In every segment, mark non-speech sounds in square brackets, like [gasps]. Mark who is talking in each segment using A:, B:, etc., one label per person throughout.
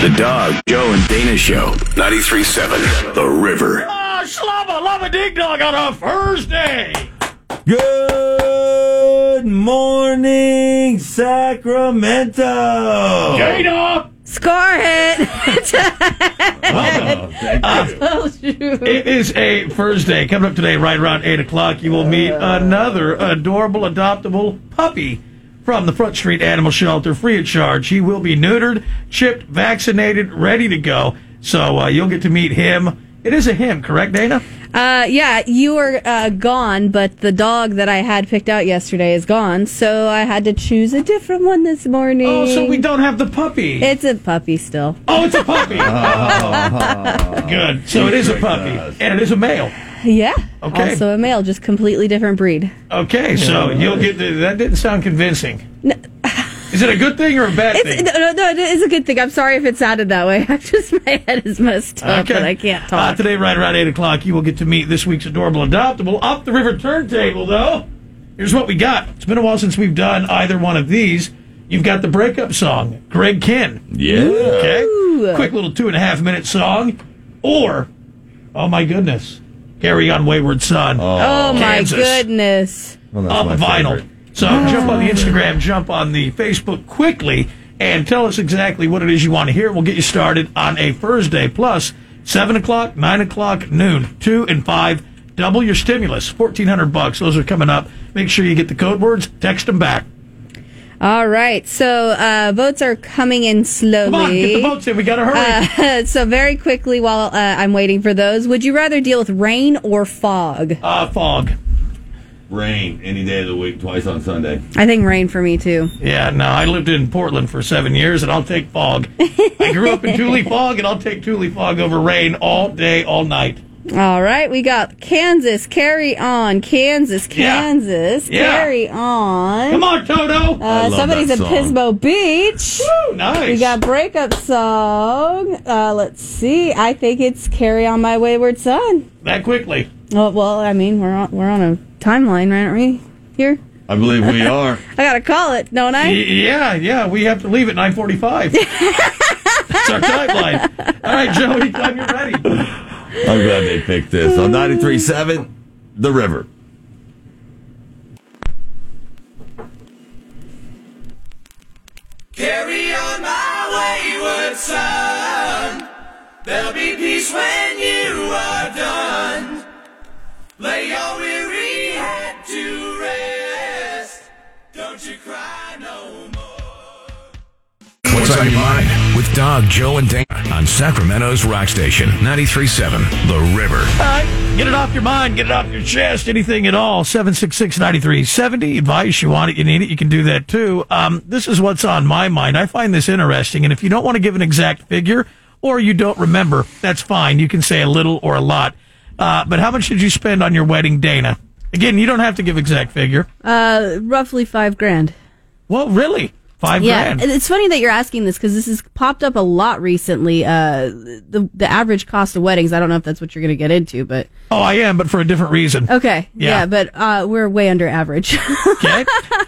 A: The Dog, Joe, and Dana Show. 93.7. The River.
B: Ah, Shlabba Lava Dig Dog on a Thursday.
C: Good morning, Sacramento.
B: Dana,
D: Score it!
B: it is a Thursday. Coming up today, right around 8 o'clock, you will meet another adorable, adoptable puppy from the Front Street Animal Shelter, free of charge. He will be neutered, chipped, vaccinated, ready to go. So uh, you'll get to meet him. It is a him, correct, Dana?
D: Uh, yeah, you were uh, gone, but the dog that I had picked out yesterday is gone, so I had to choose a different one this morning.
B: Oh, so we don't have the puppy.
D: It's a puppy still.
B: oh, it's a puppy. Good. So it is a puppy, and it is a male.
D: Yeah.
B: Okay.
D: Also a male, just completely different breed.
B: Okay, so you'll get the, that. Didn't sound convincing. Is it a good thing or a bad
D: It's
B: thing?
D: no, no, no, it is a good thing. I'm sorry if it sounded that way. [laughs] I just my head is messed up and I can't
B: Uh,
D: talk.
B: today, right around eight o'clock, you will get to meet this week's adorable adoptable up the river turntable. Though, here's what we got. It's been a while since we've done either one of these. You've got the breakup song, Greg Ken.
C: Yeah.
B: Okay, quick little two and a half minute song, or oh my goodness, Carry On Wayward Son.
D: oh
B: Kansas.
D: my goodness.
C: Well, that's
B: up
C: my
B: vinyl.
C: favorite. Ah.
B: So jump on the Instagram, jump on the Facebook quickly, and tell us exactly what it is you want to hear. We'll get you started on a Thursday plus seven o'clock, nine o'clock, noon, two and five. Double your stimulus, fourteen hundred bucks. Those are coming up. Make sure you get the code words. Text them back.
D: All right, so uh, votes are coming in slowly.
B: Come on, get the votes in. We got to hurry.
D: Uh, [laughs] so very quickly while uh, I'm waiting for those, would you rather deal with rain or fog?
B: uh, fog.
E: Rain any day of the week, twice on Sunday.
D: I think rain for me too.
B: Yeah, no, I lived in Portland for seven years, and I'll take fog. I grew
D: [laughs]
B: up in Tule fog, and I'll take Tule fog over rain all day, all night.
D: All right, we got Kansas. Carry on, Kansas,
B: Yeah.
D: Kansas.
B: Yeah.
D: Carry on.
B: Come on, Toto.
D: Uh,
E: love
D: somebody's
E: that
D: in
E: song.
D: Pismo Beach.
B: Woo, nice.
D: We got breakup song. Uh, let's see. I think it's "Carry On My Wayward Son."
B: that quickly.
D: Oh, well, I mean, we're on we're on a timeline, aren't we? Here,
E: I
A: [laughs]
E: believe we are.
D: I gotta call it, don't I?
B: Y- Yeah, yeah, we have to leave at 9:45. That's our timeline. All right, Joe, anytime you're ready.
E: I'm glad they picked this. On 93.7, The River.
F: Carry on my wayward son. There'll be peace when you are done. Lay your weary head to rest. Don't you cry no more.
A: What's on your mind? With Dog, Joe, and Dana on Sacramento's Rock Station. 93.7. The River.
B: All right, get it off your mind, get it off your chest, anything at all. 766-9370. Advice, you want it, you need it, you can do that too. Um, this is what's on my mind. I find this interesting, and if you don't want to give an exact figure or you don't remember, that's fine. You can say a little or a lot. Uh, but how much did you spend on your wedding, Dana? Again, you don't have to give exact figure.
D: Uh, roughly five grand.
B: Well, really? Five
D: Yeah,
B: grand.
D: and it's funny that you're asking this because this has popped up a lot recently. Uh, the the average cost of weddings. I don't know if that's what you're going to get into, but
B: Oh, I am, but for a different reason.
D: okay,
B: Yeah.
D: yeah, but uh, we're way under average. [laughs]
B: Okay.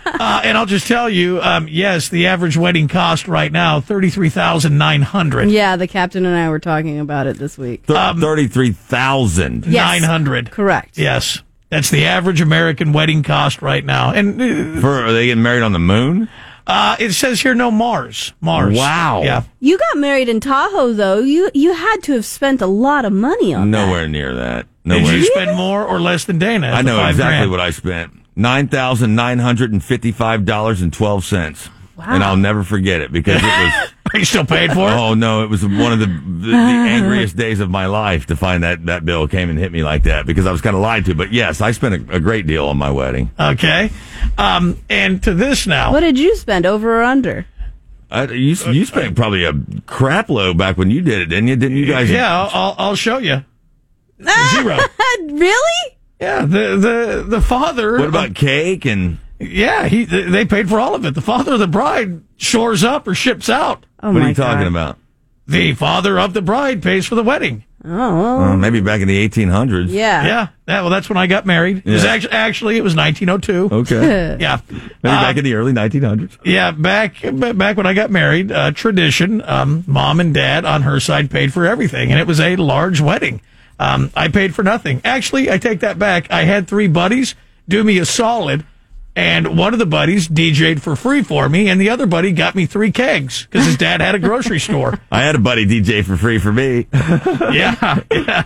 B: uh, and I'll just tell you, um, yes, the average wedding cost right now thirty three thousand nine hundred.
D: yeah, the captain and I were talking about it this week.
E: Th-
A: Um,
E: 33,000.
D: yes.
B: Nine hundred.
D: Correct.
B: Yes, that's the average American wedding cost right now. And
E: For, are they getting married on the moon?
B: uh, it says here no Mars. Mars.
E: Wow.
B: Yeah.
D: You got married in Tahoe, though. You you had to have spent a lot of money on that.
E: Nowhere near that.
B: Did
E: Nowhere.
B: you spend more or less than Dana?
E: I know
B: Five
E: exactly
B: grand.
E: what I spent. $9,955.12. And I'll never forget it because it
B: [laughs]
E: was,
B: [laughs] Are you still paid for it?
E: oh no, it was one of the, the, the angriest days of my life to find that that bill came and hit me like that because I was kind of lied to. But yes, I spent a, a great deal on my wedding.
B: Okay. Um, and to this now.
D: What did you spend over or under?
E: I, you you spent probably a crap load back when you did it, didn't you? Didn't you guys?
B: Yeah, I'll, I'll- I'll show you.
D: [laughs]
B: Zero.
D: [laughs] really?
B: yeah. The the the father.
E: What about cake and?
B: Yeah, he th- they paid for all of it. The father of the bride shores up or ships out.
D: Oh
E: what
D: my
E: are you talking
D: God.
E: about?
B: The father of the bride pays for the wedding.
G: Oh,
E: Uh, maybe back in the 1800s.
G: yeah.
B: Yeah. Yeah. Well, that's when I got married. It was
E: Yeah.
B: actually, actually it was 1902.
D: [laughs]
E: Okay.
B: Yeah.
E: Maybe
B: Uh,
E: back in the early 1900s.
B: Yeah, back ba- back when I got married, uh, tradition, um, mom and dad on her side paid for everything, and it was a large wedding. Um, I paid for nothing. Actually, I take that back. I had three buddies do me a solid, and one of the buddies DJ'd for free for me, and the other buddy got me three kegs because his dad had a
E: [laughs]
B: grocery store.
E: I had a buddy DJ for free for me.
B: Yeah, [laughs] yeah.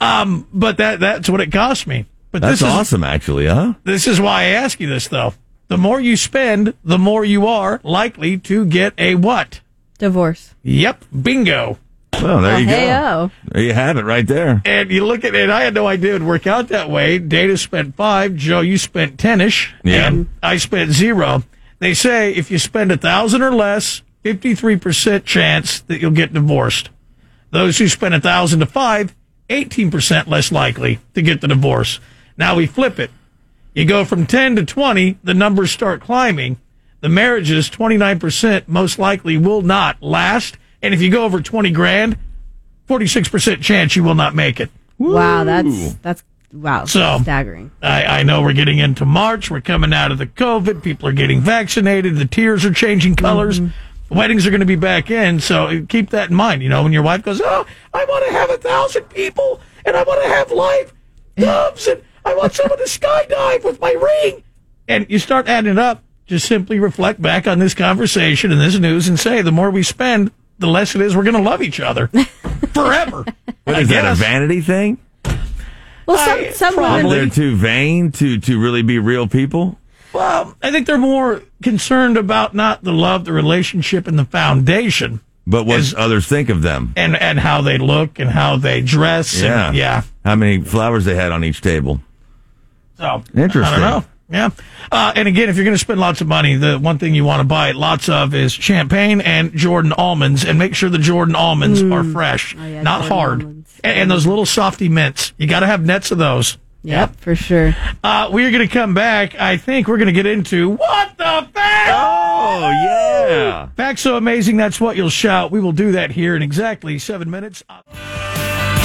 B: Um, but that that's what it cost me. But
E: That's
B: this is
E: awesome, actually, huh?
B: This is why I ask you this, though. The more you spend, the more you are likely to get a what?
G: Divorce.
B: Yep, bingo.
E: Well,
B: Oh,
E: there you go.
G: Hey-o.
E: There you have it right there.
B: And you look at it, I had no idea it'd work out that way. Data spent five, Joe, you spent 10 ish,
E: Yeah.
B: and I spent zero. They say if you spend a thousand or less, 53% chance that you'll get divorced. Those who spend a thousand to five, 18% less likely to get the divorce. Now we flip it. You go from 10 to 20, the numbers start climbing. The marriages, 29% most likely will not last. And if you go over 20 grand, 46% chance you will not make it.
D: Wow, that's that's wow,
B: So-
D: staggering.
B: I, I know we're getting into March. We're coming out of the COVID. People are getting vaccinated. The tears are changing colors. Weddings are going to be back in. So uh, keep that in mind. You know, when your wife goes, Oh, I want to have a thousand people and I want to have life gloves and I want someone to skydive with my ring. And you start adding it up. Just simply reflect back on this conversation and this news and say, the more we spend, the less it is we're going to love each other forever.
E: What
B: I
E: is that, a
B: guess.
E: vanity thing?
D: Well,
B: I-
D: some some
E: That
B: probably-
D: women
E: they're too vain to, to really be real people?
B: Well, I think they're more concerned about not the love, the relationship, and the foundation,
E: But what
B: Is-
E: others think of them.
B: and and how they look and how they dress.
E: Yeah.
B: and, yeah.
E: How many flowers they had on each table.
B: So I
E: Interesting.
B: don't know. Yeah, uh, and again, if you're going to spend lots of money, the one thing you want to buy lots of is champagne and Jordan almonds, and make sure the Jordan almonds are fresh,
D: Mm. Oh, yeah,
B: not
D: Jordan
B: hard, and,
D: almonds.
B: and those little softy mints. You got to have nets of those.
D: Yep, for sure.
B: Uh, we're going to come back. I think we're going to get into what the fact.
E: Oh, yeah.
B: Facts so amazing, that's what you'll shout. We will do that here in exactly seven minutes.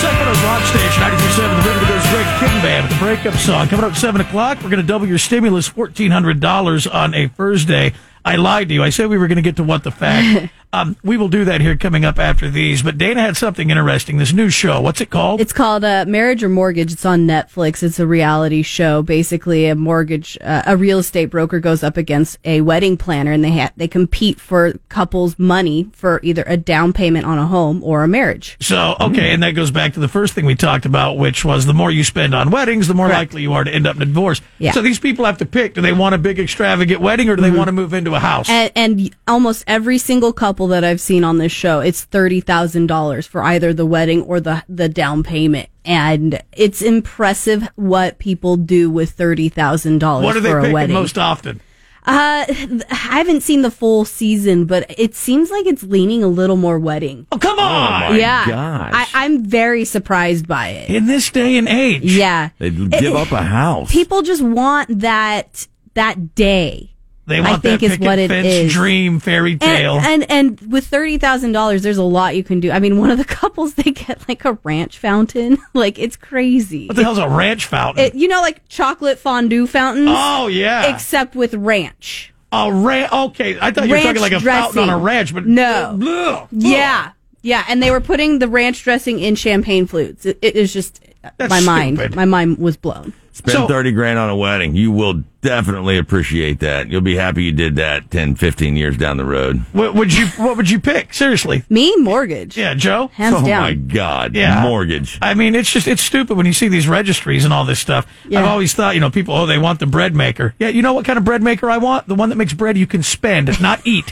B: Sacramento's Rock Station, 947, the River Goes Greg Kitten Band, the breakup song. Coming up at 7 o'clock, we're going to double your stimulus, $1,400 on a Thursday. I lied to you. I said we were going to get to what
E: [laughs]
B: the fact. um, we will do that here coming up after these. But Dana had something interesting. This new show, what's it called?
D: It's called uh, Marriage or Mortgage. It's on Netflix. It's a reality show. Basically, a mortgage, uh, a real estate broker goes up against a wedding planner, and they ha- they compete for couples' money for either a down payment on a home or a marriage.
B: So, okay, and that goes back to the first thing we talked about, which was the more you spend on weddings, the more likely you are to end up in a divorce.
D: Yeah. Mm-hmm.
B: So these people have to pick do they want a big, extravagant wedding or do they want to move into a house?
D: And, and almost every single couple that I've seen on this show, it's thirty thousand dollars for either the wedding or the the down payment, and it's impressive what people do with thirty thousand dollars.
B: what do they
D: for a
B: pick
D: wedding.
B: most often?
D: Uh, th- I haven't seen the full season, but it seems like it's leaning a little more wedding.
B: Oh, come on!
E: My
D: yeah,
E: gosh.
D: I, I'm very surprised by it.
B: In this day and age.
D: Yeah,
E: They'd give up a house.
D: people just want that that day.
B: They
D: I
B: want
D: think
B: that
D: is
B: picket
D: what it
B: fence
D: is.
B: dream fairy tale.
D: And, and and with thirty thousand dollars, there's a lot you can do. I mean, one of the [laughs] couples they get like a ranch fountain, [laughs] like it's crazy.
B: what the hell's a ranch fountain?
D: It- you know, like chocolate fondue fountains,
E: Ah.
B: oh, yeah.
D: except with ranch.
B: a ra- okay, I thought you were
D: Ranch
B: talking like a fountain on
D: dressing.
B: a ranch, but
D: No.
B: Ugh.
D: Yeah. Yeah, and they were putting the ranch dressing in champagne flutes. It, it is just uh,
B: That's
D: my mind.
B: stupid.
D: My mind was blown.
E: Spend
B: So-
E: 30 grand on a wedding. You will definitely appreciate that. You'll be happy you did that 10, 15 years down the road.
B: What would you what would you pick? Seriously.
D: Me mortgage.
B: Yeah, Joe?
D: Hands
E: oh
D: down.
E: my God.
B: Yeah.
E: Mortgage.
B: I mean, it's just it's stupid when you see these registries and all this stuff.
D: Yeah.
B: I've always thought, you know, people, oh, they want the bread maker. Yeah, you know what kind of bread maker I want? The one that makes bread you can spend, not
D: [laughs]
B: eat.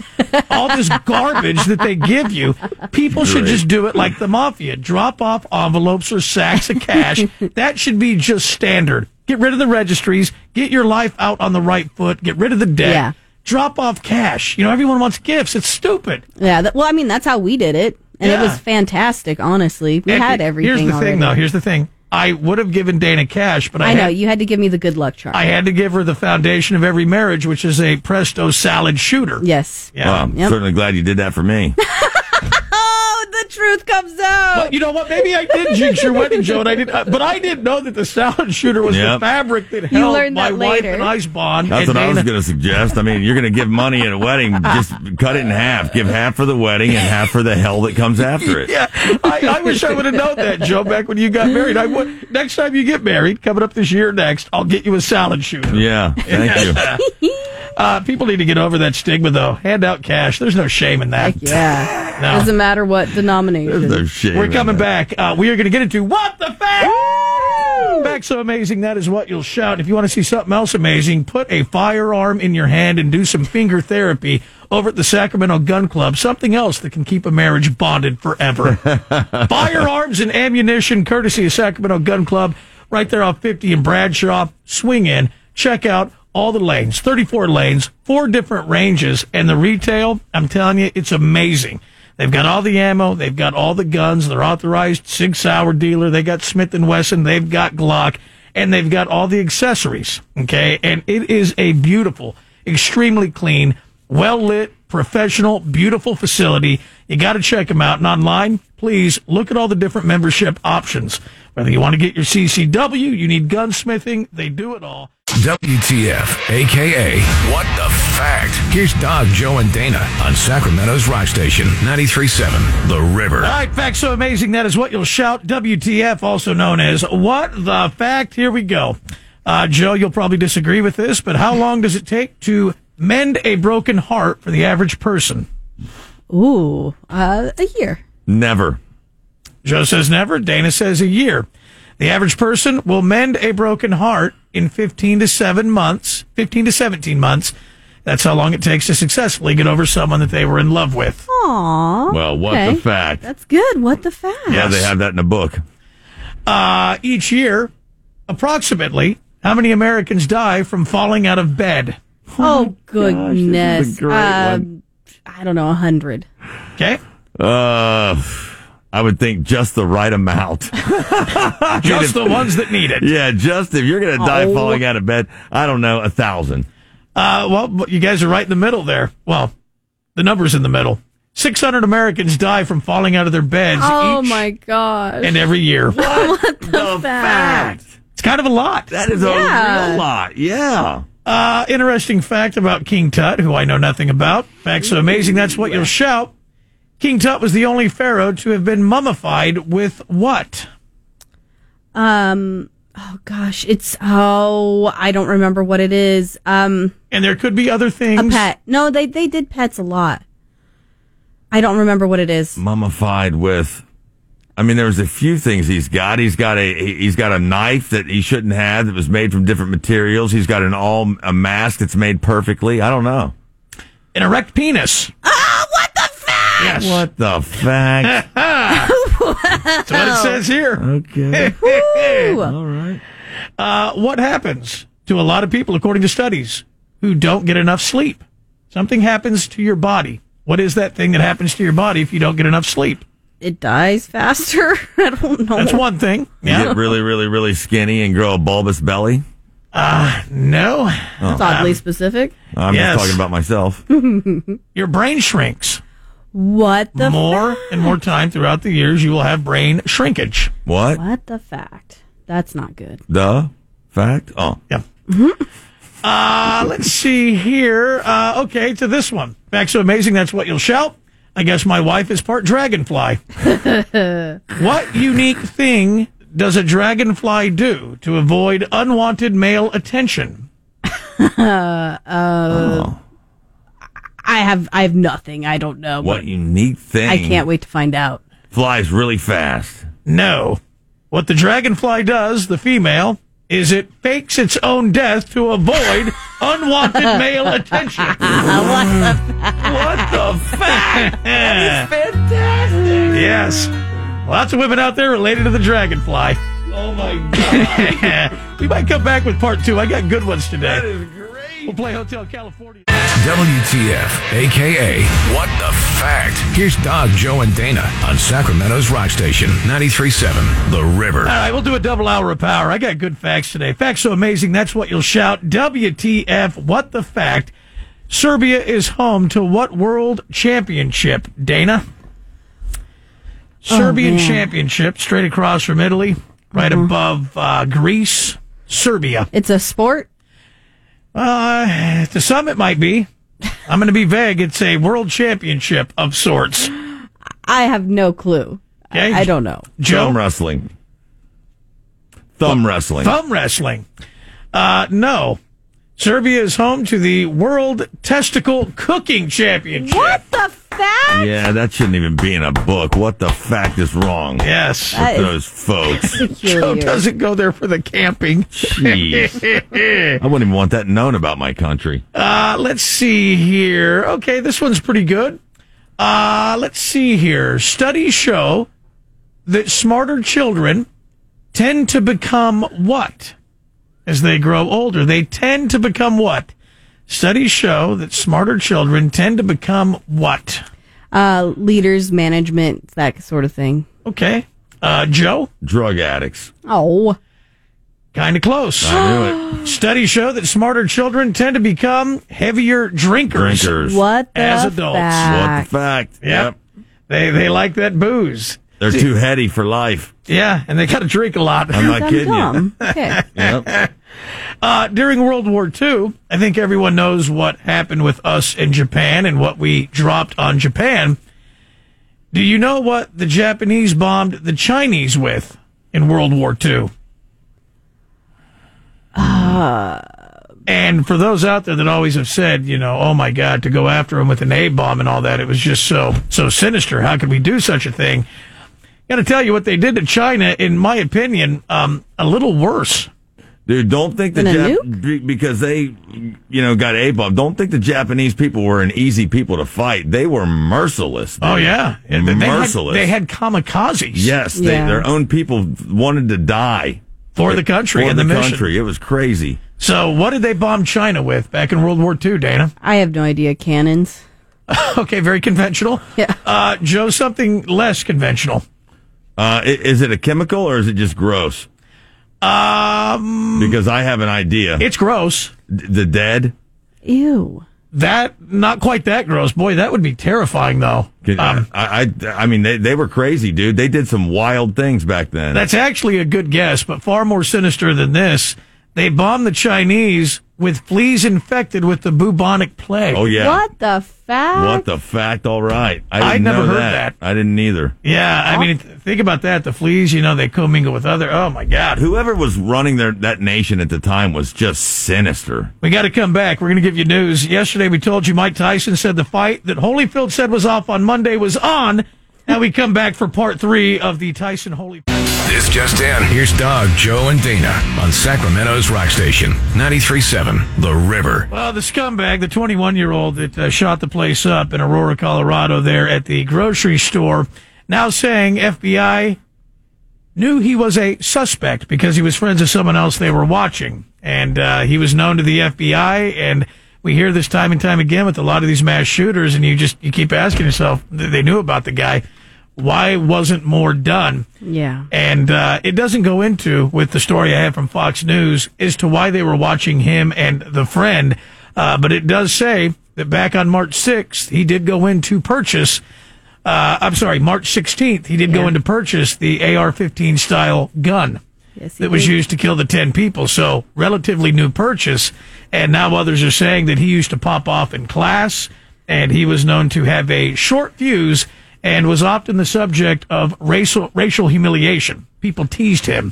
B: all this garbage that they give you, people should
E: Right.
B: just do it like the mafia. Drop off envelopes or sacks of
D: [laughs]
B: cash. that should be just standard. Get rid of the registries. Get your life out on the right foot. Get rid of the debt.
D: Yeah.
B: Drop off cash. You know, everyone wants gifts. It's stupid.
D: Yeah, that, well, I mean, that's how we did it. And
B: Yeah.
D: it was fantastic, honestly. We
B: And
D: had everything
B: Here's the
D: already.
B: thing, though. Here's the thing. I would have given Dana cash, but I,
D: I
B: had-
D: know, you had to give me the good luck charm.
B: I had to give her the foundation of every marriage, which is a presto salad shooter.
D: yes.
B: Yeah.
E: Wow, I'm certainly glad you did that for me.
D: Oh, the
G: truth comes out.
B: But Uh, you know what? Maybe I did jinx your wedding, Joe, and I didn't. uh, but I didn't know that the sound shooter was the
E: Yep.
B: fabric that held
G: learned
B: my
G: that
B: wife
G: later.
B: and I's bond.
E: That's
B: and
E: what I was
B: Dana.
E: going to suggest. I mean, you're going to give money at a wedding, just cut it in half. Give half for the wedding and half for the hell that comes after it.
B: [laughs] Yeah, I, I wish I would have known that, Joe. Back when you got married, I would. Next time you get married, coming up this year next, I'll get you a salad shooter.
E: Yeah, thank you.
B: Uh, people need to get over that stigma, though. Hand out cash. There's no shame in that.
D: Heck yeah.
B: No.
D: Doesn't matter what
E: There's
D: denomination.
E: no shame
B: We're
E: in
B: coming
E: that.
B: back. Uh, we are going to get into what the fact. Back so amazing that is what you'll shout. If you want to see something else amazing, put a firearm in your hand and do some finger therapy over at the Sacramento Gun Club. Something else that can keep a marriage bonded forever. [laughs] Firearms and ammunition, courtesy of Sacramento Gun Club, right there off 50 and Bradshaw. Swing in, check out all the lanes, 34 lanes, four different ranges, and the retail, I'm telling you, it's amazing. They've got all the ammo, they've got all the guns, they're authorized six hour dealer, they got Smith and Wesson, they've got Glock, and they've got all the accessories. Okay. And it is a beautiful, extremely clean, well lit, professional, beautiful facility. You got to check them out. And online, please look at all the different membership options. Whether you want to get your CCW, you need gunsmithing, they do it all.
H: WTF, aka What the Fact. Here's Doc, Joe, and Dana on Sacramento's Rock Station 93.7, The River.
B: All right, facts so amazing that is what you'll shout. WTF, also known as what the fact. Here we go. Uh, Joe, you'll probably disagree with this, but how long does it take to mend a broken heart for the average person?
D: Ooh, uh, a year.
E: Never.
B: Joe says never. Dana says a year. The average person will mend a broken heart in 15 to 7 months, 15 to 17 months. That's how long it takes to successfully get over someone that they were in love with.
D: Aw.
E: Well, what
D: okay.
E: the fact?
D: That's good. What the fact?
E: yeah, they have that in a book.
B: Uh, each year, approximately, how many Americans die from falling out of bed?
D: Oh, goodness.
E: great one.
D: Um, I don't know, a hundred.
B: Okay.
E: Uh, I would think just the right amount. [laughs]
B: Just the ones that need it.
E: yeah, just if you're going to die falling out of bed, I don't know, a thousand.
B: Uh, well, but you guys are right in the middle there. Well, the number's in the middle. 600 Americans die from falling out of their beds
D: Oh
B: each
D: my gosh.
B: and every year.
E: The fact.
B: It's kind of a lot.
E: That is a
D: Yeah.
E: real lot. Yeah.
B: Uh, interesting fact about King Tut, who I know nothing about. Fact so amazing, that's what you'll shout. King Tut was the only pharaoh to have been mummified with what?
D: um, oh gosh, it's, oh, I don't remember what it is. Um,
B: And there could be other
D: a
B: things.
D: pet. No, they, they did pets a lot. I don't remember what it is.
E: mummified with. I mean, there's a few things he's got. He's got a he's got a knife that he shouldn't have that was made from different materials. He's got an all a mask that's made perfectly. I don't know.
B: An erect penis.
D: Oh, what the fact?
B: Yes.
E: What the fact?
B: That's what
D: Oh.
B: it says here.
E: okay.
B: [laughs]
E: All right.
B: Uh, what happens to a lot of people, according to studies, who don't get enough sleep? Something happens to your body. What is that thing that happens to your body if you don't get enough sleep?
D: It dies faster. [laughs] I don't know.
B: That's one thing.
E: You
B: Yeah.
E: get really, really, really skinny and grow a bulbous belly.
B: No.
D: That's oddly specific.
E: I'm
B: Yes.
E: just talking about myself.
B: Your brain shrinks.
D: What the
B: more
D: fact?
B: and more time throughout the years, you will have brain shrinkage.
E: what
D: What the fact? That's not good.
E: the fact? Oh,
B: Yeah. Uh, let's see here. Uh, okay, to this one. Back so amazing, that's what you'll shout. I guess my wife is part dragonfly. what unique thing does a dragonfly do to avoid unwanted male attention?
D: I have I have nothing. I don't know.
E: what
D: but
E: unique thing?
D: I can't wait to find out.
E: Flies really fast.
B: No. What the dragonfly does, the female, is it fakes its own death to avoid [laughs] unwanted male [laughs] attention. what the fact? [laughs] That is fantastic. Yes. Lots of women out there related to the dragonfly. Oh my god. [laughs] we might come back with part two. I got good ones today. That is great. We'll play Hotel California.
H: WTF, aka What the Fact. Here's Doc, Joe, and Dana on Sacramento's Rock Station 93.7, The River.
B: All right, we'll do a double hour of power. I got good facts today. Facts so amazing, that's what you'll shout. WTF, what the fact? Serbia is home to what world championship, Dana? Serbian
D: Oh, man. Mm-hmm.
B: Championship straight across from Italy, right above uh, Greece, Serbia.
D: It's a sport.
B: Uh, to some, it might be. I'm going to be vague. It's a world championship of sorts.
D: I have no clue.
B: Okay?
D: I, I don't know.
E: Thumb
B: Joe,
E: wrestling. Thumb wrestling.
B: thumb wrestling. Uh, no. Serbia is home to the World Testicle Cooking Championship.
D: What the fact?
E: Yeah, that shouldn't even be in a book. What the fact is wrong
B: Yes.
E: with those folks?
D: [laughs]
B: Joe
D: Peculiar.
E: [laughs]
B: doesn't go there for the camping.
E: Jeez. I wouldn't even want that known about my country.
B: Uh, let's see here. Okay, this one's pretty good. Uh, let's see here. Studies show that smarter children tend to become what as they grow older? They tend to become what? Studies show that smarter children tend to become what?
D: Uh, leaders, management, that sort of thing.
B: Okay. Uh, Joe,
E: Drug addicts.
D: Oh,
B: kind of close.
E: I knew it.
B: [gasps] Studies show that smarter children tend to become heavier drinkers.
E: Drinkers.
D: what the
B: As adults.
E: What the
D: fact?
E: fact?
B: Yep. They, they like that booze.
E: They're too heady for life.
B: Yeah, and they got to drink a lot.
E: I'm not kidding
D: Dumb. Okay.
E: you. Yep.
B: Uh, during World War II, I think everyone knows what happened with us in Japan and what we dropped on Japan. Do you know what the Japanese bombed the Chinese with in World War II? and for those out there that always have said, you know, oh my God, to go after them with an A bomb and all that, it was just so so sinister. How could we do such a thing? Got to tell you what they did to China, in my opinion, um, a little worse.
E: Dude, don't think the
D: And a
E: Jap- be- because they, you know, got a bomb. Don't think the Japanese people were an easy people to fight. They were merciless. dude.
B: Oh yeah, They- they had-
E: merciless.
B: They had, kamikazes
E: yes, they,
D: Yeah.
E: their own people wanted to die
B: for the country
E: for
B: and
E: the,
B: the, mission.
E: country. It was crazy.
B: So, what did they bomb China with back in World War II, Dana? [laughs]
D: I have no idea. Cannons.
B: Okay, very conventional.
D: Yeah.
B: Uh, Joe, something less conventional.
E: Uh, i- is it a chemical or is it just gross?
B: Um,
E: Because I have an idea.
B: it's gross.
E: D- the dead.
D: Ew.
B: That not quite that gross, boy. That would be terrifying, though.
E: Can-
B: Um,
E: I, I, I mean, they, they were crazy, dude. They did some wild things back then.
B: that's actually a good guess, but far more sinister than this. They bombed the Chinese with fleas infected with the bubonic plague.
E: oh yeah.
D: What the fact?
E: What the fact? All right. I didn't
B: I never
E: know
B: heard that.
E: I didn't either.
B: Yeah, I mean, th- think about that. The fleas, you know, they commingle with other. Oh my God,
E: Whoever was running their that nation at the time was just sinister.
B: we got to come back. We're going to give you news. Yesterday, we told you Mike Tyson said the fight that Holyfield said was off on Monday was on. Now we come back for part three of the Tyson Holyfield.
H: This just in. Here's Doug, Joe, and Dana on Sacramento's Rock Station 93.7 The River.
B: Well, the scumbag, the 21 year old that uh, shot the place up in Aurora, Colorado, there at the grocery store, now saying FBI knew he was a suspect because he was friends with someone else they were watching. And uh, he was known to the FBI. And we hear this time and time again with a lot of these mass shooters. And you just you keep asking yourself, th- they knew about the guy. Why wasn't more done?
D: Yeah.
B: And uh, it doesn't go into with the story I had from Fox News as to why they were watching him and the friend, uh, but it does say that back on March 6th he did go in to purchase. Uh, I'm sorry, March 16th he did go in to purchase the AR-15 style gun
D: Yes, he
B: that was
D: did.
B: used to kill the 10 people. So relatively new purchase. And now others are saying that he used to pop off in class and he was known to have a short fuse and was often the subject of racial, racial humiliation. People teased him.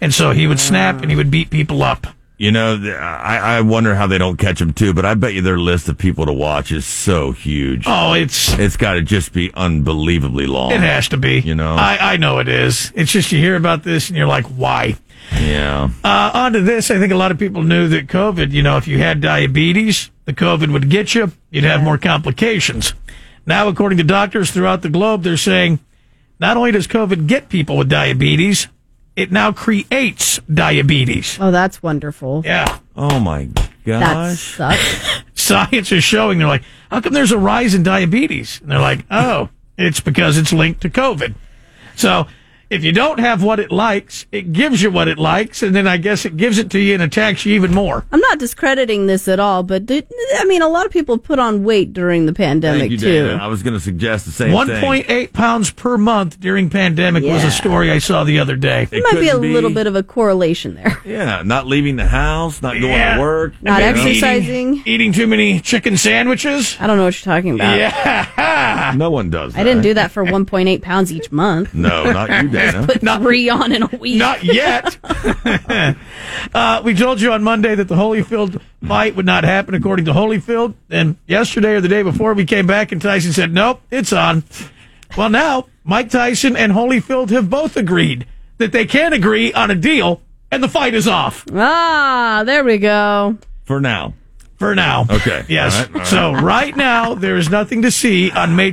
B: And so he would snap and he would beat people up.
E: You know, th- I, I wonder how they don't catch them too. But I bet you their list of people to watch is so huge.
B: Oh, it's,
E: It's got to just be unbelievably long.
B: it has to be.
E: You know.
B: I, I know it is. It's just you hear about this and you're like, why?
E: Yeah.
B: Uh, on to this, I think a lot of people knew that COVID, you know, if you had diabetes, the COVID would get you, you'd have more complications. Now, according to doctors throughout the globe, they're saying not only does COVID get people with diabetes, it now creates diabetes.
D: Oh, that's wonderful.
B: Yeah.
E: Oh my
D: That
E: gosh.
D: sucks.
B: Science is showing, they're like, how come there's a rise in diabetes? And they're like, oh, it's because it's linked to COVID. So If you don't have what it likes, it gives you what it likes, and then I guess it gives it to you and attacks you even more.
D: I'm not discrediting this at all, but did, I mean, a lot of people put on weight during the pandemic
E: Thank you,
D: too.
E: Dana. I was going to suggest the same thing.
B: 1.8 pounds per month during pandemic was
D: Yeah.
B: a story I saw the other day.
E: It
D: might be a
E: couldn't
D: little bit of a correlation there.
E: Yeah, not leaving the house, not going
B: Yeah.
E: to work.
D: Not
E: you know?
D: exercising.
B: Eating, eating too many chicken sandwiches.
D: I don't know what you're talking
E: Uh.
D: about.
B: Yeah. [laughs]
E: No one does that.
D: I didn't do that for 1.8 pounds each month.
E: No, [laughs] not
D: [laughs]
E: you, Dana.
D: Put three on in a week.
B: Not yet. [laughs] uh, we told you on Monday that the Holyfield fight would not happen, according to Holyfield. And yesterday or the day before, we came back and Tyson said, "Nope, it's on." Well, now Mike Tyson and Holyfield have both agreed that they can agree on a deal, and the fight is off
D: ah, there we go.
E: For now.
B: for now.
E: Okay.
B: Yes.
E: All right, all right.
B: So right now there is nothing to see on May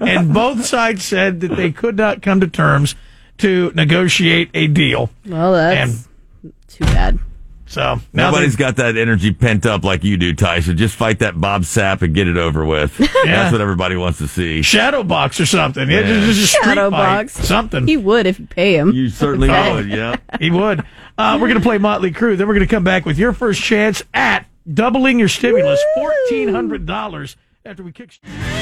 E: [laughs]
B: and both sides said that they could not come to terms to negotiate a deal.
D: Well, that's
B: And-
D: too bad.
B: So now they-
E: Nobody's got that energy pent up like you do, Tyson. Just fight that Bob Sapp and get it over with.
D: [laughs]
E: That's what everybody wants to see.
B: shadow box or something. Yeah, just, just a street
D: Shadow
B: fight.
D: box.
B: Something.
D: He
B: He,
D: would if you pay him.
E: You certainly
B: Oh.
E: would, yeah.
B: would. Uh, we're going to play Motley Crue. Then we're going to come back with your first chance at doubling your stimulus, $1,400 after we kick.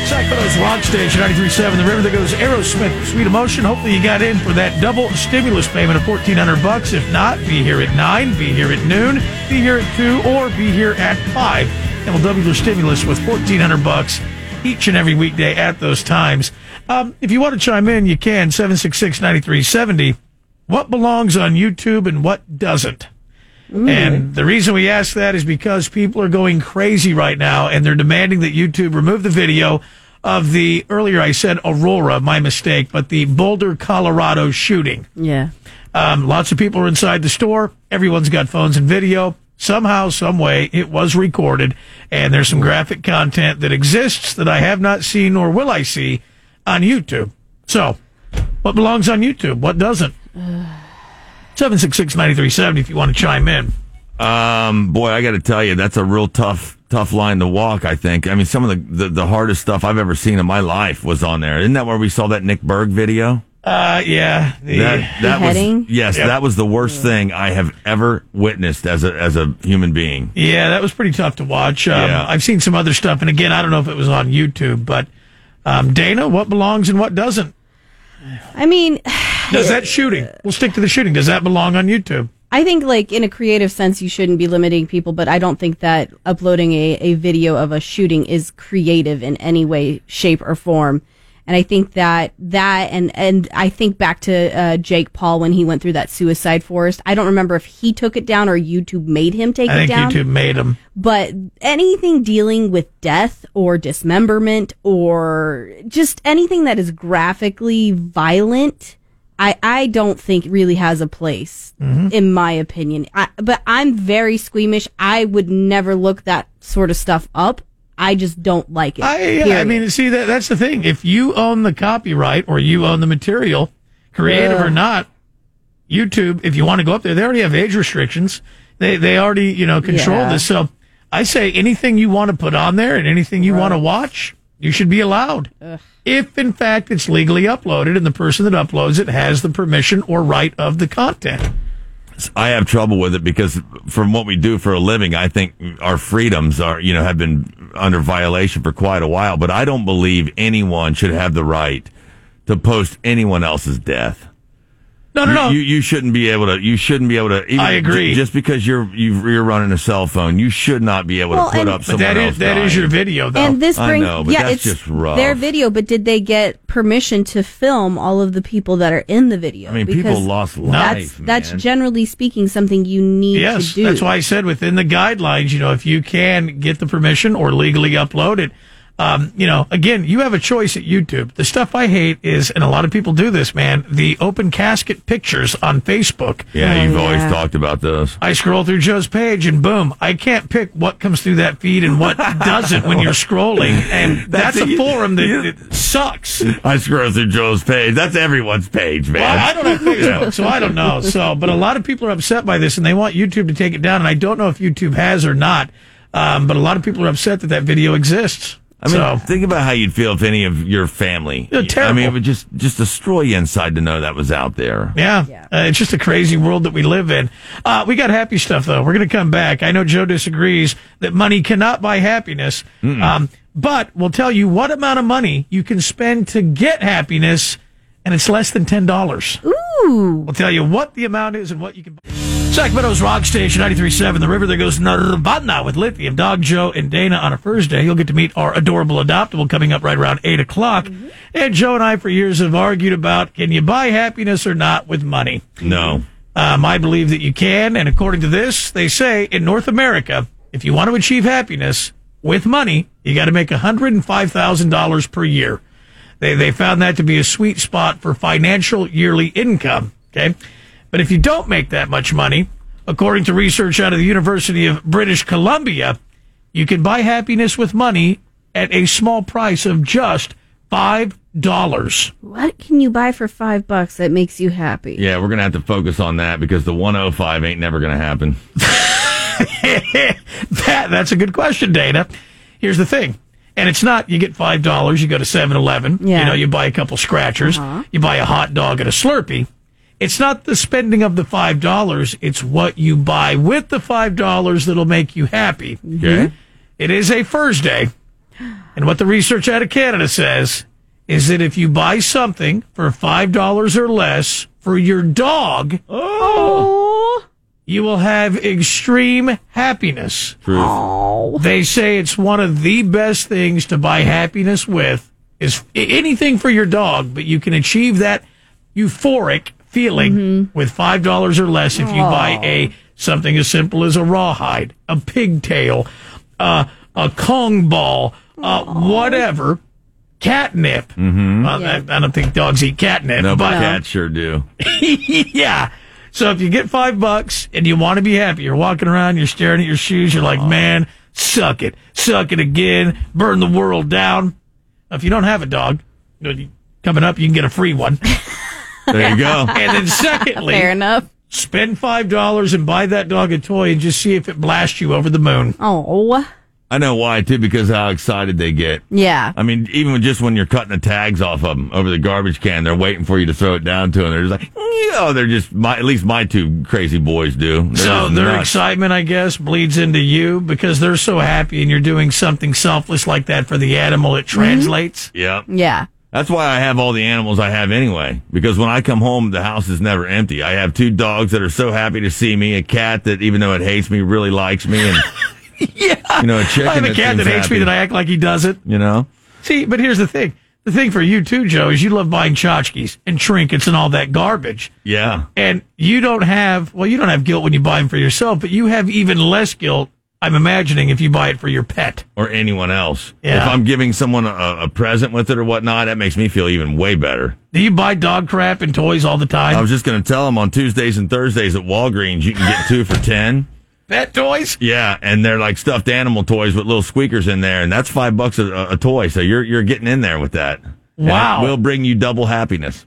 B: Sacramento's Rock Station, 93.7, the river that goes Aerosmith, Sweet Emotion. Hopefully you got in for that double stimulus payment of 1400 bucks. If not, be here at 9, be here at noon, be here at 2, or be here at 5. And we'll double your stimulus with 1400 bucks each and every weekday at those times. Um, if you want to chime in, you can, 766-9370. What belongs on YouTube and what doesn't? And the reason we ask that is because people are going crazy right now and they're demanding that YouTube remove the video of the earlier I said Aurora, my mistake, but the Boulder, Colorado shooting.
D: yeah.
B: Um, lots of people are inside the store. Everyone's got phones and video. Somehow, some way, it was recorded, and there's some graphic content that exists that I have not seen nor will I see on YouTube. So, what belongs on YouTube? What doesn't? [sighs] Seven six six ninety three seventy. If you want to chime in,
E: Um, boy, I got to tell you, that's a real tough, tough line to walk. I think. I mean, some of the, the the hardest stuff I've ever seen in my life was on there. Isn't that where we saw that Nick Berg video?
B: uh, yeah, the,
E: That that
D: Beheading?
E: was yes,
B: Yep.
E: that was the worst thing I have ever witnessed as a as a human being.
B: Yeah, that was pretty tough to watch. Um,
E: Yeah.
B: I've seen some other stuff, and again, I don't know if it was on YouTube, but um, Dana, what belongs and what doesn't?
D: I mean, [sighs]
B: Does that shooting? We'll stick to the shooting. Does that belong on YouTube?
D: I think like in a creative sense, you shouldn't be limiting people, but I don't think that uploading a, a video of a shooting is creative in any way, shape or form. And I think that that and and I think back to uh, Jake Paul when he went through that suicide forest. I don't remember if he took it down or YouTube made him take
B: I
D: it
B: think
D: down.
B: YouTube made them.
D: but anything dealing with death or dismemberment or just anything that is graphically violent I, I don't think really has a place
B: Mm-hmm.
D: in my opinion I, but i'm very squeamish i would never look that sort of stuff up i just don't like it
B: I, yeah, I
D: period.
B: mean, see that that's the thing. If you own the copyright or you own the material, creative or not, YouTube. If you want to go up there, they already have age restrictions. They they already you know control
D: Yeah.
B: this. So I say anything you want to put on there and anything you want to watch, you should be allowed. If in fact it's legally uploaded and the person that uploads it has the permission or right of the content.
E: I have trouble with it because from what we do for a living, I think our freedoms are, you know, have been under violation for quite a while, but I don't believe anyone should have the right to post anyone else's death.
B: No, no, no.
E: You, you, you shouldn't be able to, you shouldn't be able to, even
B: I agree.
E: ju- Just because you're, you've, you're running a cell phone, you should not be able
D: Well,
E: to put
D: and-
E: up
B: but
E: someone
B: that
E: else
B: is that is
E: dying.
B: your video though.
D: and this
E: Oh, I
D: brings
E: know, but
D: yeah
E: that's
D: it's
E: just rough.
D: their video but did they get permission to film all of the people that are in the video
E: I mean,
D: Because
E: people lost
D: that's,
E: life.
D: that's
E: man.
D: generally speaking something you need
B: Yes,
D: to do
B: that's why I said within the guidelines. You know, if you can get the permission or legally upload it, um, you know, again, you have a choice at YouTube. The stuff I hate is, and a lot of people do this, man. The open casket pictures on Facebook.
E: yeah, you've always
D: Oh, yeah.
E: talked about this.
B: I scroll through Joe's page and boom, I can't pick what comes through that feed
E: [laughs]
B: and what doesn't when you're scrolling. And that's,
E: That's
B: a
E: it.
B: forum that,
E: Yeah.
B: that sucks.
E: I scroll through Joe's page. That's everyone's page, man.
B: Well, I don't have Facebook, so I don't know. So, but a lot of people are upset by this, and they want YouTube to take it down. And I don't know if YouTube has or not. Um, but a lot of people are upset that that video exists.
E: I mean,
B: So-
E: think about how you'd feel if any of your family.
B: Yeah,
E: I
B: terrible.
E: mean, it would just just destroy you inside to know that was out there.
B: Yeah. Uh, it's just a crazy world that we live in. Uh, we got happy stuff, though. We're going to come back. I know Joe disagrees that money cannot buy happiness, um, but we'll tell you what amount of money you can spend to get happiness, and it's less than $10.
D: Ooh.
B: We'll tell you what the amount is and what you can buy. Sacramento's Rock Station 93.7, the river that goes Nirvana with Lithium, Dog Joe, and Dana on a Thursday. You'll get to meet our adorable adoptable coming up right around 8 o'clock. And Joe and I, for years, have argued about can you buy happiness or not with money?
E: No.
B: Um, I believe that you can. And according to this, they say in North America, if you want to achieve happiness with money, you got to make $105,000 per year. They, they found that to be a sweet spot for financial yearly income. Okay. But if you don't make that much money, according to research out of the University of British Columbia, you can buy happiness with money at a small price of just $5.
D: What can you buy for five bucks that makes you happy?
E: Yeah, we're gonna have to focus on that because the 105 ain't never gonna happen.
B: that, that's a good question, Dana. Here's the thing. And it's not you get five dollars, you go to 7-Eleven,
D: Yeah.
B: you know, you buy a couple scratchers, you buy a hot dog and a Slurpee. It's not the spending of the five dollars, it's what you buy with the five dollars that'll make you happy.
E: Okay.
B: It is a Thursday. And what the research out of Canada says is that if you buy something for $5 or less for your dog, you will have extreme happiness.
E: Truth.
B: They say it's one of the best things to buy happiness with is a- anything for your dog, but you can achieve that euphoric feeling with five dollars or less if you buy a something as simple as a rawhide, a pigtail, uh, a Kong ball, uh, whatever. Catnip. Well, I, I don't think dogs eat catnip,
E: Mm-hmm. No,
B: but
E: but uh, cats sure do.
B: [laughs] yeah. So if you get five bucks and you want to be happy, you're walking around, you're staring at your shoes, you're like, man, suck it, suck it again, burn the world down. If you don't have a dog, you know, coming up, you can get a free one.
E: There you go. [laughs]
B: And then secondly,
D: Fair enough.
B: spend five dollars and buy that dog a toy and just see if it blasts you over the moon.
D: Oh.
E: I know why too because how excited they get.
D: Yeah.
E: I mean, even just when you're cutting the tags off of them over the garbage can, they're waiting for you to throw it down to them. They're just like, oh, they're just my. At least my two crazy boys do. They're
B: So
E: just
B: their
E: nuts.
B: excitement, I guess, bleeds into you because they're so happy and you're doing something selfless like that for the animal. It
E: Mm-hmm.
B: translates.
E: Yep.
D: Yeah.
E: That's why I have all the animals I have anyway. Because when I come home, the house is never empty. I have two dogs that are so happy to see me, a cat that even though it hates me, really likes me,
B: [laughs]
E: and yeah, you know, a chicken.
B: I have a cat
E: seems
B: that hates me
E: happy,
B: that I act like he doesn't.
E: you know.
B: See, but here's the thing. The thing for you too, Joe, is you love buying tchotchkes and trinkets and all that garbage.
E: Yeah,
B: And you don't have, well, you don't have guilt when you buy them for yourself, but you have even less guilt, I'm imagining, if you buy it for your pet.
E: or anyone else.
B: Yeah.
E: If I'm giving someone a, a present with it or whatnot, that makes me feel even way better.
B: Do you buy dog crap and toys all the
E: I
B: time?
E: was just going to tell them on Tuesdays and Thursdays at Walgreens, you can get two for ten.
B: Pet toys?
E: Yeah, and they're like stuffed animal toys with little squeakers in there, and that's five bucks a, a toy. So you're you're getting in there with that. And
B: Wow.
E: it will bring you double happiness.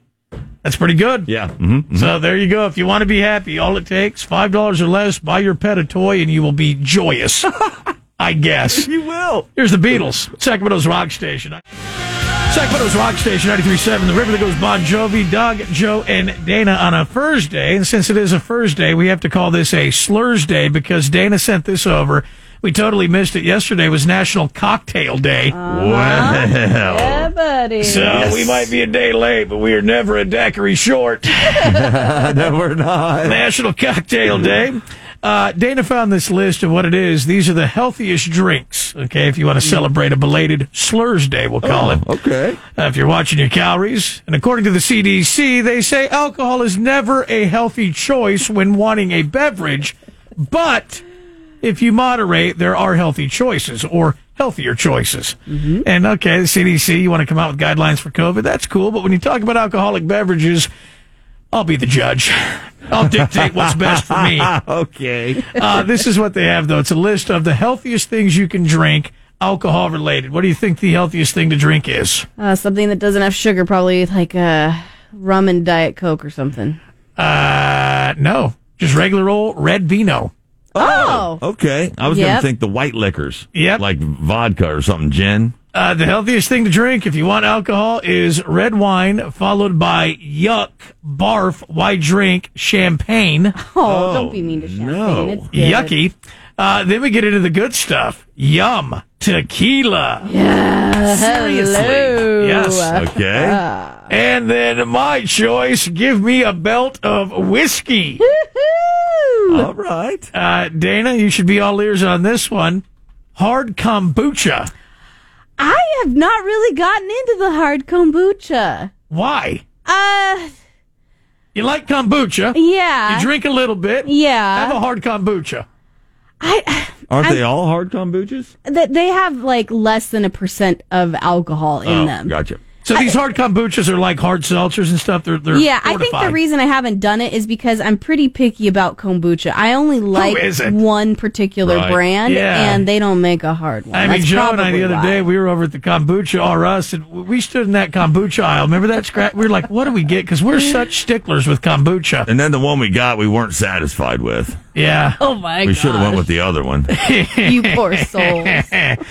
B: That's pretty good.
E: Yeah. Mm-hmm.
B: So there you go. If you want to be happy, all it takes, $5 or less, buy your pet a toy and you will be joyous. I guess.
E: You will.
B: Here's the Beatles, Sacramento's Rock Station. Sacramento's Rock Station 93.7, the river that goes Bon Jovi, Doug, Joe, and Dana on a Thursday. And since it is a Thursday, we have to call this a Slurs Day because Dana sent this over. We totally missed it. Yesterday was National Cocktail Day.
E: Oh. Wow. [laughs]
D: Yeah, buddy.
B: So we might be a day late, but we are never a daiquiri short.
E: no, we're not.
B: National Cocktail Day. Uh, Dana found this list of what it is. These are the healthiest drinks. Okay, if you want to celebrate a belated Slurs Day, we'll call it.
E: Okay.
B: Uh, if you're watching your calories, and according to the CDC, they say alcohol is never a healthy choice when wanting a beverage, but if you moderate, there are healthy choices or healthier choices. And okay, the CDC, you want to come out with guidelines for COVID? That's cool, but when you talk about alcoholic beverages, I'll be the judge. I'll dictate what's best for me.
E: [laughs] Okay.
B: Uh, this is what they have, though. It's a list of the healthiest things you can drink, alcohol related. What do you think the healthiest thing to drink is?
D: Uh, something that doesn't have sugar, probably like uh, rum and Diet Coke or something.
B: Uh, no, just regular old red vino.
D: Oh.
E: Okay. I was going
D: Yep.
E: to think the white liquors.
B: Yep.
E: Like vodka or something, gin.
B: Uh, the healthiest thing to drink if you want alcohol is red wine, followed by yuck, barf, why drink, champagne.
D: Oh, don't be mean to champagne.
E: no.
D: It's good.
B: Yucky. Uh, then we get into the good stuff. Yum. Tequila.
D: Yeah.
B: Seriously.
D: Hello.
B: Yes.
E: Okay. [laughs]
B: And then my choice, give me a belt of whiskey.
E: All right.
B: Uh, Dana, you should be all ears on this one. Hard kombucha.
D: I have not really gotten into the hard kombucha.
B: Why?
D: Uh,
B: You like kombucha.
D: yeah.
B: You drink a little bit.
D: Yeah.
B: Have a hard kombucha.
D: I [sighs]
E: Aren't they all hard kombuchas?
D: that they have like less than a percent of alcohol in
B: Oh,
D: them.
E: gotcha.
B: So these hard kombuchas are like hard seltzers and stuff. They're, they're
D: Yeah, I think
B: fortified.
D: the reason I haven't done it is because I'm pretty picky about kombucha. I only like
B: isn't?
D: one particular
E: Right.
D: brand,
B: Yeah.
D: and they don't make a hard one.
B: I mean,
D: That's
B: Joe and I
D: probably
B: the other
D: why.
B: day we were over at the kombucha or us, and we stood in that kombucha aisle. Remember that scrap? We were like, "What do we get?" Because we're such sticklers with kombucha.
E: And then the one we got, we weren't satisfied with.
B: Yeah,
D: Oh my
E: We should have
D: god!
E: went with the other one.
B: [laughs]
D: You poor souls.